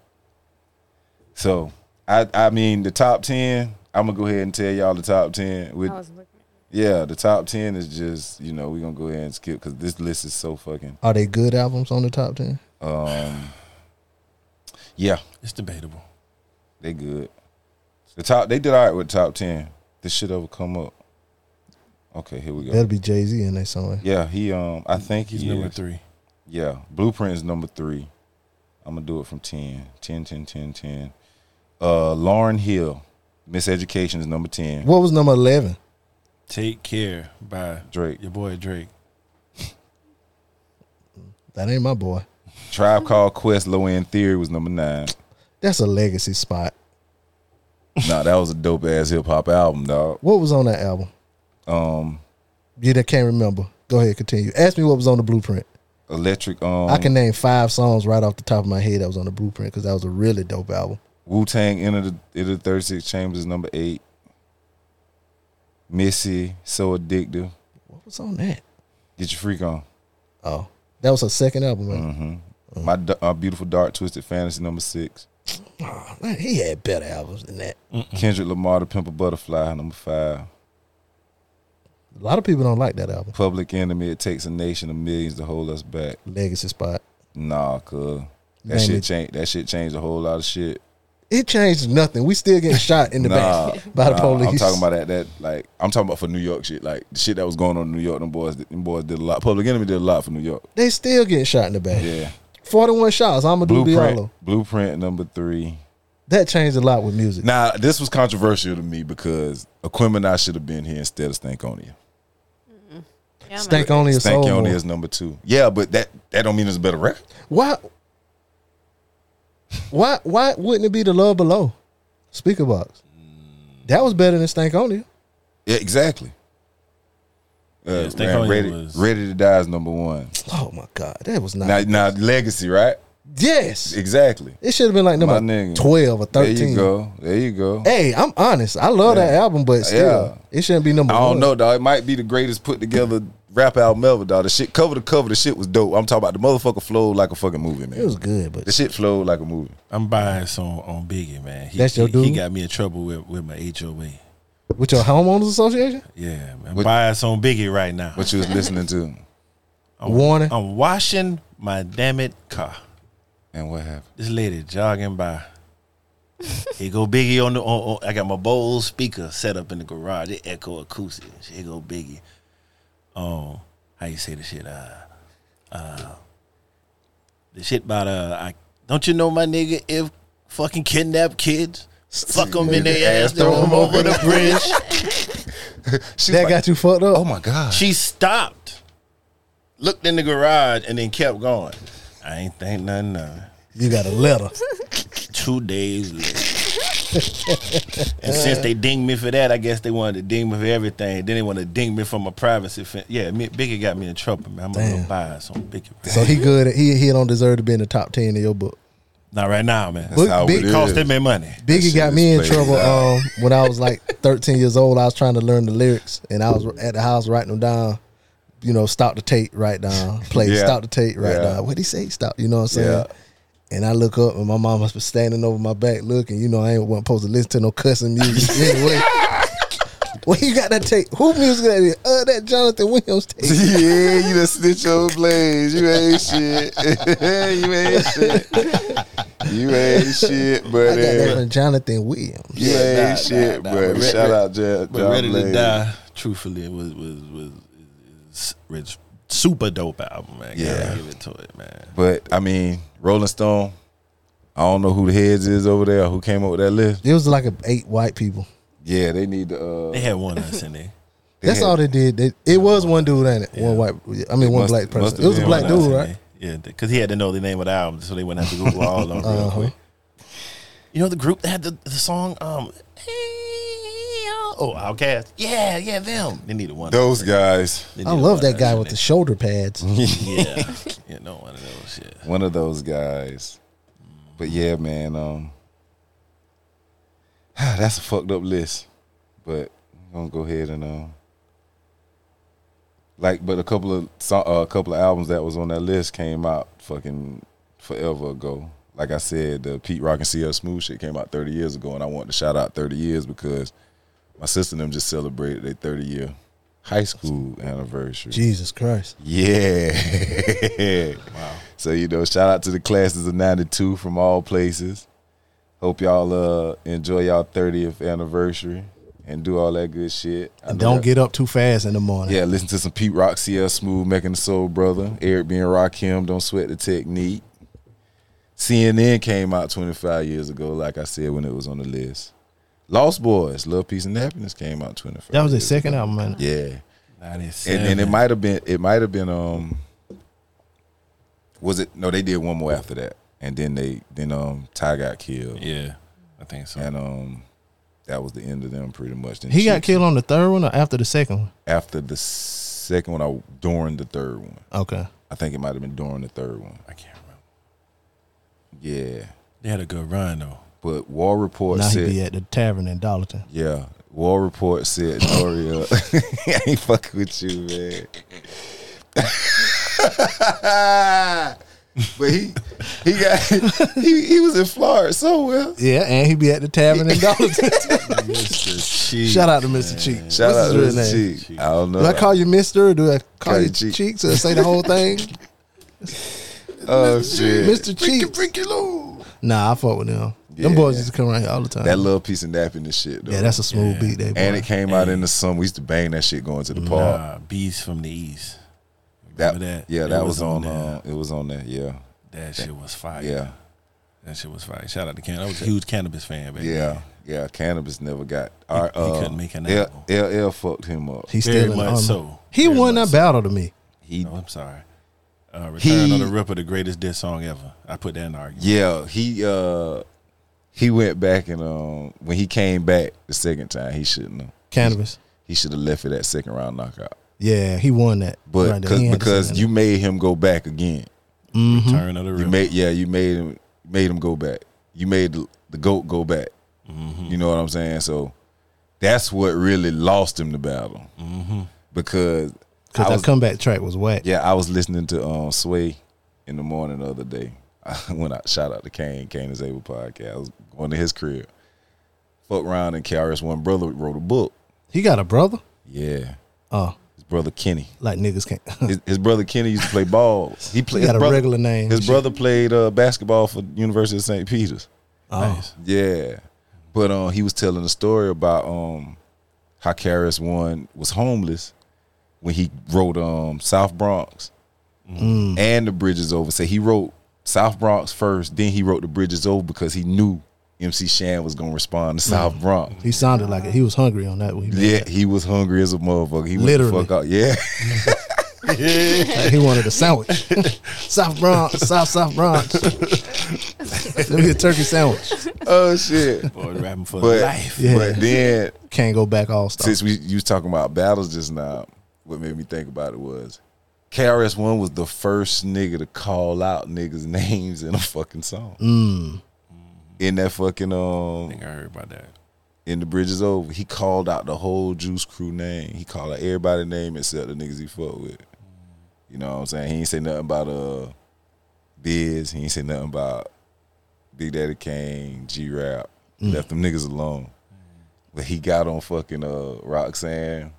So, I I mean, the top 10, I'm going to go ahead and tell y'all the top 10. I With, was looking. yeah, the top 10 is just, you know, we're going to go ahead and skip because this list is so fucking. um, Are they good albums on the top ten? Yeah, It's debatable. they good. The top, they did all right with top 10. this shit ever come up? Okay, here we go. That'll be Jay Z in there somewhere. yeah, he um I think He's he number is- three. Yeah, Blueprint is number three. I'm gonna do it from 10. 10, 10, 10, 10. Uh, Lauren Hill, Miseducation is number 10. What was number eleven? Take care by Drake, your boy Drake. That ain't my boy. Tribe Called Quest, Low End Theory was number nine. That's a legacy spot. nah, that was a dope ass hip hop album, dog. What was on that album? Um, You that can't remember. Go ahead, continue. Ask me what was on the blueprint. Electric, um, I can name five songs right off the top of my head that was on the blueprint because that was a really dope album. Wu Tang Enter the, Enter the 36 Chambers is number eight. Missy, So Addictive, What was on that? Get Your Freak On. Oh, that was her second album. Right? Mm-hmm. My, Da- My Beautiful Dark Twisted Fantasy, number six. Oh, man, he had better albums than that. Kendrick Lamar, The Pimple Butterfly, number five. A lot of people don't like that album. Public Enemy, It Takes a Nation of Millions to Hold Us Back. Legacy spot. Nah, cuz. That Damn shit it. changed that shit changed a whole lot of shit. It changed nothing. We still getting shot in the Nah, back by the nah, police. I'm talking about that that like I'm talking about for New York shit. Like the shit that was going on in New York, them boys them boys did a lot. Public Enemy did a lot for New York. they still getting shot in the back. Yeah. Forty one shots. I'm a Blueprint Diallo. Blueprint number three. That changed a lot with music. Now this was controversial to me because Aquemini should have been here instead of Stank on Yeah, man. Stank only a Stank soul. on Boy. is number two. Yeah, but that that don't mean it's a better record. Why? Why? Why wouldn't it be the love below? Speaker box. That was better than Stankonia. Yeah, exactly. Uh, Yeah, Stank man, on You ready, was- ready to die is number one. Oh my God, that was not. Now, now legacy, right? yes, Exactly. it should have been like My number nigga. twelve or thirteen. There you go. There you go. Hey, I'm honest. I love that Yeah. album, but still, it shouldn't be number. I don't one. know, dog. It might be the greatest put together rap album ever, dog. The shit cover to cover, the shit was dope. I'm talking about the motherfucker flowed like a fucking movie, man. It was good, but the shit flowed like a movie. I'm buying some on Biggie, man. He, That's your he, He dude? got me in trouble with, with my HOA. with your homeowners association, Yeah, man. I'm What- buying some Biggie right now. What you was listening to, Oh, I'm, Warning. I'm washing my damn it car. and what happened? This lady jogging by. Here go Biggie on the. On, on, I got my Bose speaker set up in the garage. It echo acoustic. Here go Biggie. Um, how you say the shit? Uh, uh, the shit about uh, I don't you know my nigga if fucking kidnap kids, fuck them in their ass, throw them over the bridge. She was that like, got you fucked up. Oh my god. She stopped, looked in the garage, and then kept going. I ain't think nothing of it. You got a letter. two days later. and since they dinged me for that, I guess they wanted to ding me for everything. Then they want to ding me for my privacy. Fin- yeah, me, Biggie got me in trouble, man. I'm a little Damn. biased on Biggie. so he good. At, he he don't deserve to be in the top ten in your book. Not right now, man. Look, how Big- it cost is. them their money. shit Biggie got me in is crazy. trouble um, when I was like 13 years old. I was trying to learn the lyrics, and I was at the house writing them down. You know, stop the tape, write down, play, Yeah. stop the tape, write Yeah. down. What he say? Stop. You know what I'm saying? Yeah. And I look up, and my mom must be standing over my back looking. You know, I ain't wasn't supposed to listen to no cussing music anyway. well, you got that tape? Who music that is? Uh, that Jonathan Williams tape. yeah, you done snitch on Blaze. You ain't shit. you ain't shit. You ain't shit, I got that buddy. from Jonathan Williams. You ain't nah, shit, nah, nah. buddy. But re- Shout re- out, John. But John Ready to Blaze. Die, truthfully, was was was, is- is super dope album, man. Yeah. Gotta give it to it, man. But I mean, Rolling Stone. I don't know who the heads is over there. Who came up with that list? It was like a, eight white people. Yeah, they need to. Uh, They had one us in there. they That's had- all they did. They, it was one dude, ain't it? One white. I mean, one must- black person. must have It was a been black one One us dude, in right? there. Yeah, because he had to know the name of the album, so they wouldn't have to Google all of them real Uh-huh. quick. You know the group that had the, the song, um, oh Outcast, yeah, yeah, them. They needed one. Those guys. They I needed love one that of guy those, with the didn't shoulder pads. Mm-hmm. they? yeah, you know one of those. Yeah, One of those guys. But yeah, man. Um, that's a fucked up list. But I'm gonna go ahead and um, like, but a couple of so- uh, a couple of albums that was on that list came out fucking forever ago. Like I said, the Pete Rock and CL Smooth shit came out 30 years ago, and I wanted to shout out 30 years because my sister and them just celebrated their 30 year high school anniversary. Jesus Christ. Yeah. wow. So you know, shout out to the classes of '92 from all places. Hope y'all uh enjoy y'all 30th anniversary. and do all that good shit. I And know don't that- get up too fast in the morning. Yeah, listen to some Pete Rock, CL Smooth, making the Soul Brother, Eric being Rakim, Don't Sweat the Technique. CNN came out 25 years ago, like I said when it was on the list. Lost Boys, Love, Peace, and Happiness came out 25. That was their years second ago. album, man. Yeah, and, 97. and it might have been it might have been um was it no they did one more after that and then they then um Ty got killed Yeah, I think so. and um that was the end of them pretty much. Then He got Chief- killed on the third one or after the second one? after the second one or during the third one. Okay. I think it might have been during the third one. I can't remember. Yeah. They had a good run though. But War Report now said he be at the tavern in Darlington. Yeah. War Report said Noria I ain't fucking with you, man. but he he got he, he was in Florida so well. Yeah, and he be at the tavern in Darlington. Mr. Cheek. Shout out to Mr. Cheek. Shout What's out to his real Mr. name? Cheek. I don't know. Do I call you Mister or do I call, Call you you Cheek. Cheeks or say the whole thing? oh shit. Mr. Cheeks. Nah, I fuck with them. Them Yeah. boys used to come around here all the time. That little piece of napping and shit though. yeah, that's a smooth Yeah. beat. They and boy. it came out in the sun. We used to bang that shit going to the park. Nah, Beast from the East. that, remember that? yeah, It that was was, on. on uh, it was on there. Yeah, That shit was fire. yeah, That shit was fire. Shout out to Cannabis. I was a huge cannabis fan, baby. yeah, yeah. Cannabis never got. Our, he uh, couldn't make an L- album. LL fucked him up. He's Very still in the much army. so. He Very won much that battle to me. He No, I'm sorry. Uh, Return He- of the Ripper, the greatest diss song ever. I put that in the argument. Yeah, he uh he went back and um when he came back the second time he shouldn't have. Cannabis. He should have left for that second round knockout. Yeah, he won that. But Right there. cause, He had to say because that. you made him go back again. Return of the Mm-hmm. You Ripper. made yeah, you made him made him go back. You made the, the goat go back. You know what I'm saying? So that's what really lost him the battle. Mm-hmm. Because I Because was that comeback track was whack. Yeah, I was listening to um, Sway in the morning the other day. when I shout out to Kane, Kane is Able podcast. I was going to his crib. Fuck round and KRS One brother wrote a book. He got a brother? Yeah, Oh, his brother Kenny. like niggas can't. His, his brother Kenny used to play ball. He played got his a brother- regular name. His brother played uh, basketball for University of St. Peter's. oh, Yeah, but um, he was telling a story about um, how Karis one was homeless when he wrote um South Bronx and the Bridges Over. So he wrote South Bronx first, then he wrote the Bridges Over because he knew MC Shan was gonna respond to South Bronx. he sounded like it. He was hungry on that one. He made Yeah, he was hungry as a motherfucker. He Literally. Literally. went the fuck out. Yeah, that. Like, he wanted a sandwich. South Bronx, South South Bronx. Let me get a turkey sandwich. oh shit. Boy, rapping for But life. Yeah. but then Can't go back all star. since we you was talking about battles just now, what made me think about it was KRS One was the first nigga to call out niggas' names in a fucking song. In that fucking I um, think I heard about that. in the bridges over, he called out the whole Juice Crew name. He called out everybody's name except the niggas he fuck with. You know what I'm saying? He ain't say nothing about uh Biz. He ain't say nothing about Big Daddy Kane, G Rap. Mm. Left them niggas alone. But he got on fucking uh Roxanne,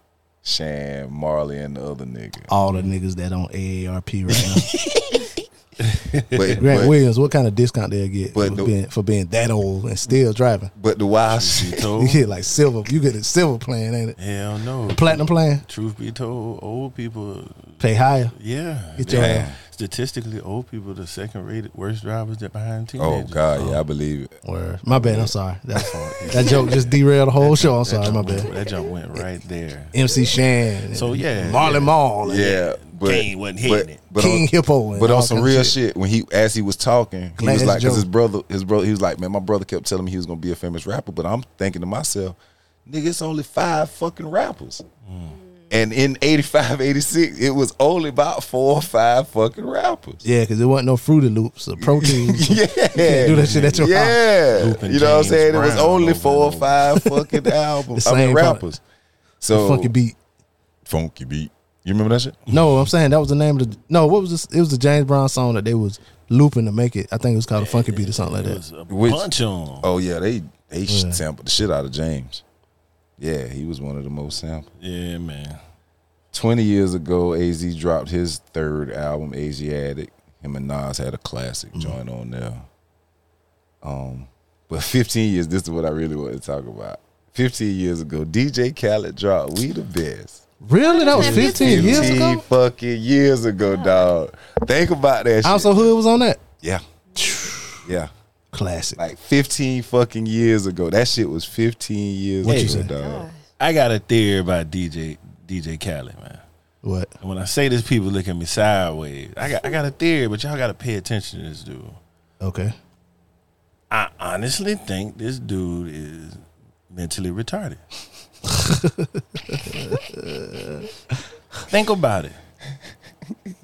Shan, Marley, and the other nigga. all the niggas that on AARP right But now. Grant but, Williams, what kind of discount they'll get But for, the- being, for being that old and still driving? but the wild Be shit. You told? get like silver. You get a silver plan, ain't it? Hell no. Platinum plan, Truth be told, old people, pay higher. yeah. Get They- your- Statistically, old people the second rated worst drivers that behind Oh teenagers. God, yeah, I believe it. Word. My bad. I'm sorry. That, that joke just derailed the whole show. I'm sorry. My Jump went- bad. That jump went right there. MC Shan. and So, yeah, Marlon yeah. Mall. and Yeah, but Kane wasn't hitting but, it. but on- King Hippo. and But all on some kinds of real shit. when he as he was talking, he Glad was it's like, because Joe. his brother, his brother, he was like, man, my brother kept telling me he was gonna be a famous rapper, but I'm thinking to myself, nigga, it's only five fucking rappers. Mm. And in 85, 86, it was only about four or five fucking rappers. Yeah, because it wasn't no Fruity Loops or proteins. Yeah. do that shit at your house. yeah. Hoop and You know what I'm James saying? it was Brown only over four or and over. five fucking albums. The I mean, same product. rappers. The So funky beat. Funky beat. You remember that shit? No, I'm saying that was the name of the. No, what was this? It was the James Brown song that they was looping to make it. I think it was called a funky beat or something like It that. was a Which- bunch on. Oh yeah, they they Yeah. sampled the shit out of James. Yeah, he was one of the most sampled. Yeah, man. 20 years ago, AZ dropped his third album, Asiatic. Him and Nas had a classic Mm-hmm. joint on there. Um, but 15 years, this is what I really want to talk about. 15 years ago, DJ Khaled dropped We the Best. Really? That was Wasn't that 15 years 15 ago? fucking years ago, dog. Think about that shit. I'm so hood was on that. yeah. Yeah. Classic. Like 15 fucking years ago. That shit was 15 years What ago, you say? dog. I got a theory about DJ DJ Khaled, man. What? And when I say this, people look at me sideways. I got I got a theory, but y'all got to pay attention to this dude. Okay. I honestly think this dude is mentally retarded. think about it.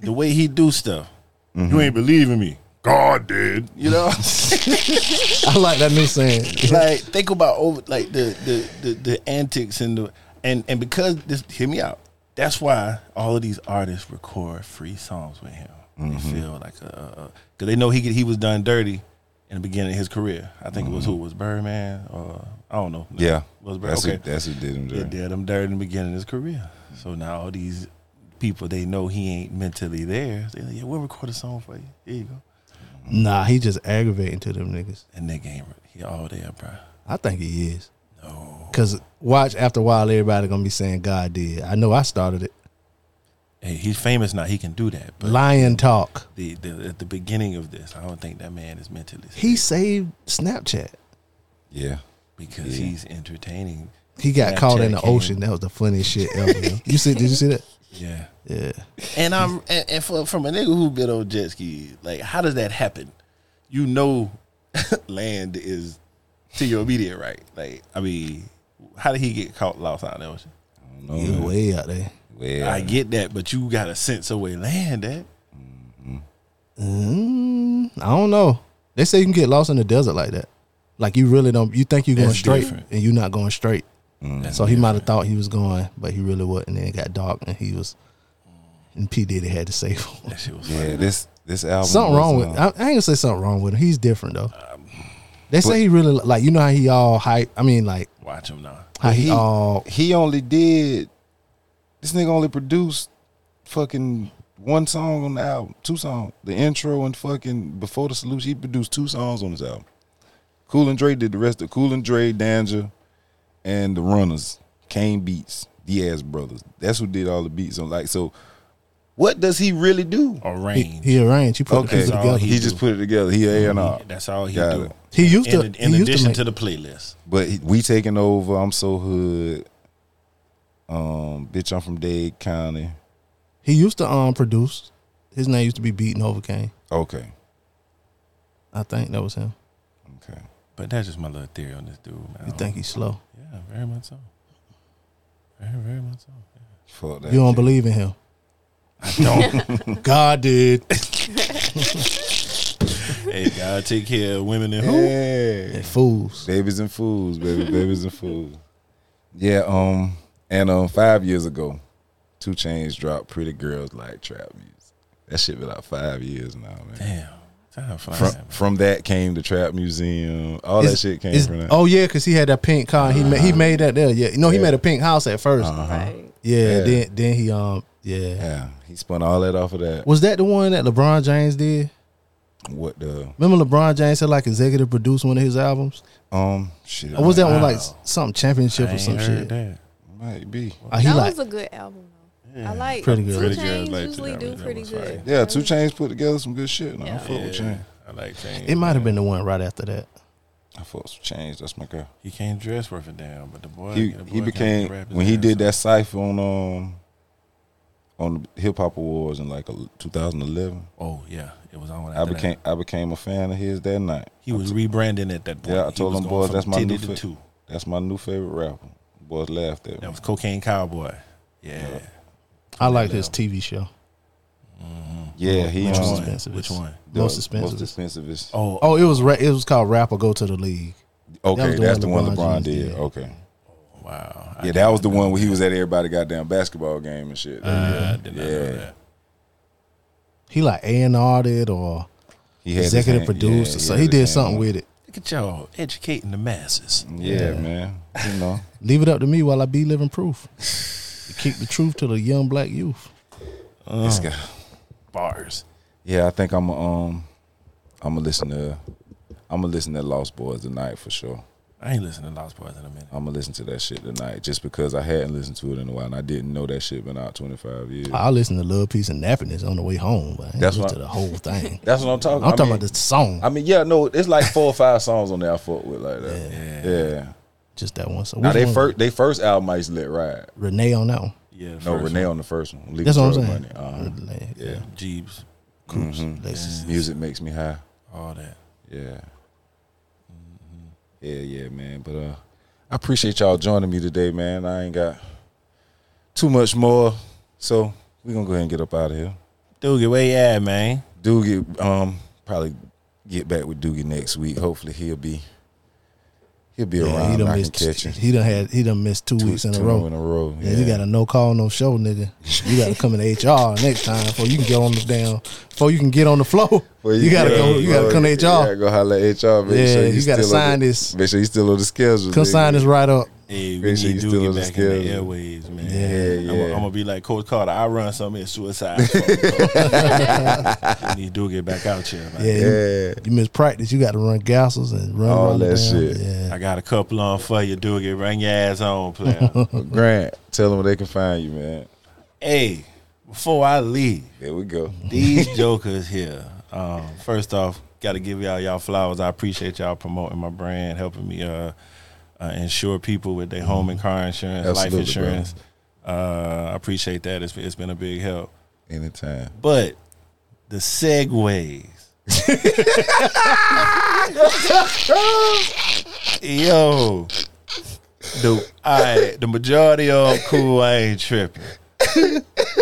The way he do stuff. You ain't believing me. God did. You know? I like that new saying. like think about over like the the, the the antics and the and and because this hear me out. That's why all of these artists record free songs with him. Mm-hmm. They feel like because they know he could, he was done dirty in the beginning of his career. I think it was who it was Birdman or I don't know. Mm-hmm. Yeah. It was Bird, That's, okay. who, that's who did him They dirty. did him dirty in the beginning of his career. So now all these people they know he ain't mentally there. They like, yeah, we'll record a song for you. Here you go. Nah, he just aggravating to them niggas. And nigga ain't re- he all there, bro. I think he is. No. Cause watch after a while everybody gonna be saying God did. I know I started it. Hey, he's famous now. He can do that. But Lion talk. the, the at the beginning of this, I don't think that man is mentally sick He saved Snapchat. Yeah. because Yeah. he's entertaining. He got Snapchat caught in the came. ocean. That was the funniest shit ever. yo. you see? Did you see that? Yeah, Yeah. and I'm and, and for, from a nigga who built on jet ski, like how does that happen? You know, land is to your immediate right. Like I mean, how did he get caught lost out in the ocean? I don't know, He was man. way out there. Well, I get that, but you got a sense of where land at. Mm, I don't know. They say you can get lost in the desert like that. Like you really don't. You think you're going That's straight, different. and you're not going straight. That's So he might have different. thought he was going, but he really wasn't. And then it got dark, and he was. And P Diddy had to save him. that shit was Yeah, funny. this this album. Something was, wrong with. uh, I, I ain't gonna say something wrong with him. He's different though. They say he really like. You know how he all hype. I mean, like Watch him now. how But he, he- all. he only did this nigga only produced fucking one song on the album, two songs, the intro and fucking before the solution. He produced two songs on this album. Cool and Dre did the rest of Cool and Dre, Danger, and the Runners, Kane Beats, Diaz Brothers. That's who did all the beats on like so. What does he really do? Or He, rain. Uh, he arranged. He put the Okay, pieces together. he, just put it together. He A and R. That's all he Got do. it. He used to- In, in he used to addition make- to the playlist. But he- we taking over. I'm so hood. Um, bitch, I'm from Dade County. He used to um produce. His name used to be Beaton Overcame. Okay, I think that was him. okay. But that's just my little theory on this dude. Man. I You don't- think he's slow? Yeah, very much so. Very, very much so. Fuck that. You don't shit. believe in him? I God did. don't. hey, God, take care of women and who? Yeah. And fools. Babies and fools, baby. Babies and fools. Yeah, um, and um five years ago, Two Chains dropped Pretty Girls Like Trap Music. That shit been out five years now, man. Damn. Time flies. From, man. from that came the Trap Museum. All that It's- shit came it's- from that. Oh yeah, because he had that pink car. He made, Uh, he made that there. Yeah, no, he Yeah. made a pink house at 1st Right. Yeah, Yeah. Then then he um yeah. Uh-huh. Yeah. He spun all that off of that. Was that the one that LeBron James did? What the Remember LeBron James had like executive produced one of his albums? um shit. Or was that one like Wow. something championship I or ain't some heard shit? that. might be. Uh, he that like was a good album. though. I like Pretty pretty good. good. Pretty Two good, Chainz like usually that do one, that pretty one's fire. good. Yeah, Two Chains put together some good shit. No, I Yeah. fuck with Yeah, Chains. I like Chain. it might have been the one right after that. I fuck with Chains. That's my girl. He can't dress worth a damn, but the boy. he, the boy he can became rap his when he ass did off. that cipher on um on the hip hop awards in like a, 2011. Oh yeah, it was on. I after that. became I became a fan of his that night. He was rebranding at that point. Yeah, I He told was them going boys from that's my 10 new to fa- two. That's my new favorite rapper. Boys laughed at me. That was Cocaine Cowboy. Yeah. I liked his TV show. yeah, he Which on was the expensive. Which one? the Most expensive. Most expensive is Oh, Oh, it was ra- it was called Rapper Go to the League. okay. was the that's one the LeBron one James LeBron, did. did. Okay, wow. I Oh. yeah, did that was the not know one where he was at everybody goddamn basketball game and shit. that. I did not know Yeah. that. He like A and R'd it or he his executive hand- produced. yeah, or so had he his did hand something on- with it. Look at y'all educating the masses. Yeah, man. You know, Leave it up to me while I be living proof. to keep the truth to the young black youth. this Uh-huh. guy. Bars. Yeah, I think I'm um I'm gonna listen to I'm gonna listen to Lost Boys tonight for sure. I ain't listening to Lost Boys in a minute. I'm gonna listen to that shit tonight just because I hadn't listened to it in a while and I didn't know that shit been out 25 years. I listen to Love Peace and Nappiness on the way home, but I ain't That's listen what- to the whole thing. That's what I'm talking. I'm talking mean, about the song, I mean, yeah, no, it's like four or five songs on there I fuck with like that. Yeah. just that one. So Now which they one? first they first album I used to let ride. Renee on that one. Yeah, No, first Renee on the first one. Leave That's the what I'm Drug saying. Money. Uh-huh. Renee, Yeah. Mm-hmm. one, Jeeves, Coops, Lexus. Music makes me high. all that. Yeah. Mm-hmm. Yeah, yeah, man. But uh I appreciate y'all joining me today, man. I ain't got too much more. So we're gonna go ahead and get up out of here. Dude, where you at, man? Doogie um probably get back with Doogie next week. Hopefully he'll be he'll be Yeah, he around. done I can missed. catch him. He done had. He done missed two, Two- weeks in a two row. In a row. Yeah, you got a no call, no show, nigga. You got to come in HR next time before you can get on the damn. Before you can get on the floor, Well, you, gotta go. You gotta come to HR. You gotta go holler at HR. Make Yeah, sure you gotta still on sign the- this. Make sure you still on the schedule. Come nigga. sign this right up. Hey, we Make sure need you still Dude on get the back in the schedule. airways, man. Yeah, I'm, yeah. gonna be like Coach Carter. I run some in suicide. Fuck. we need Dude get back out here. man. Yeah, you- Yeah. You, miss practice. You got to run gassles and run All run down. that shit. Yeah, I got a couple on for you, Dude get Bring your ass on, player. Grant, tell them where they can find you, man. hey, before I leave, There we go. these jokers here. Um, first off, got to give y'all y'all flowers. I appreciate y'all promoting my brand, helping me uh, uh, insure people with their home and car insurance, Absolutely, life insurance. Uh, I appreciate that. It's, it's been a big help. Anytime. But the segues. Yo. The, I, the majority of 'em cool, I ain't tripping.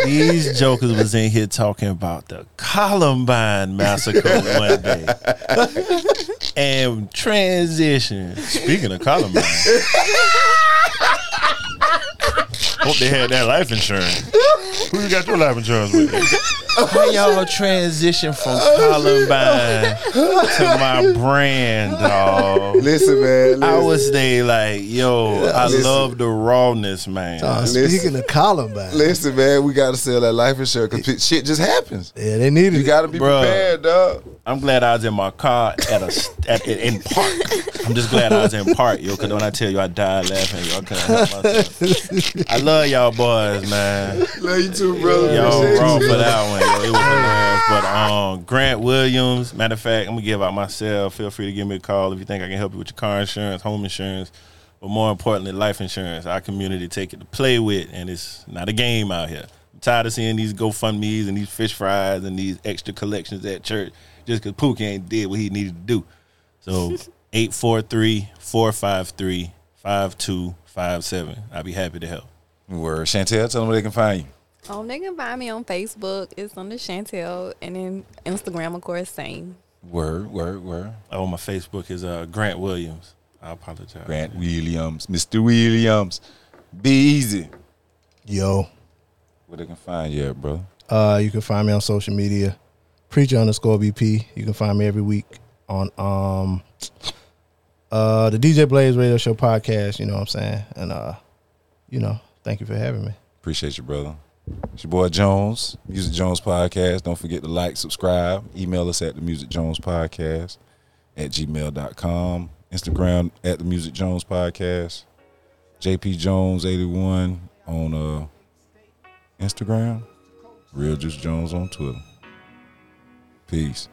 These jokers was in here talking about the Columbine massacre one day. and transition. Speaking of Columbine. Hope they had that life insurance. Who you got your life insurance with? How y'all transition from Columbine to my brand, dog? Listen, man. Listen. I was there like, yo, I Listen. love the rawness, man. Uh, Listen. speaking of Columbine, Listen, man. We gotta sell that life insurance because shit just happens. yeah, they needed. You it. gotta be Bruh. prepared, dog. I'm glad I was in my car at a at, in in park. I'm just glad I was in park, yo. Cause when I tell you I died laughing, yo, I couldn't help myself. I love y'all boys, man. Love you too, brother. Y'all Appreciate wrong you. for that one. Yo. It was hilarious. But um, Grant Williams, matter of fact, I'm gonna give out my cell. Feel free to give me a call if you think I can help you with your car insurance, home insurance, but more importantly, life insurance. Our community take it to play with, and it's not a game out here. I'm tired of seeing these GoFundmes and these fish fries and these extra collections at church just because Pookie ain't did what he needed to do. So 843-453-5257. I'd be happy to help. Word. Chantel, tell them where they can find you. Um, they can find me on Facebook. It's under Chantel, and then Instagram, of course, same. Word, word, word. Oh, my Facebook is uh, Grant Williams. I apologize. Grant Williams, Mr. Williams. Be easy. Yo, Where they can find you, at, brother. Uh, you can find me on social media, preacher underscore BP. You can find me every week on um uh the DJ Blaze Radio Show podcast. You know what I'm saying? And uh, you know, thank you for having me. Appreciate you, brother. It's your boy Jones, Music Jones Podcast. Don't forget to like, subscribe, email us at the Music Jones Podcast at gmail.com, Instagram at the Music Jones Podcast, JP Jones81 on uh, Instagram, Real Juice Jones on Twitter. Peace.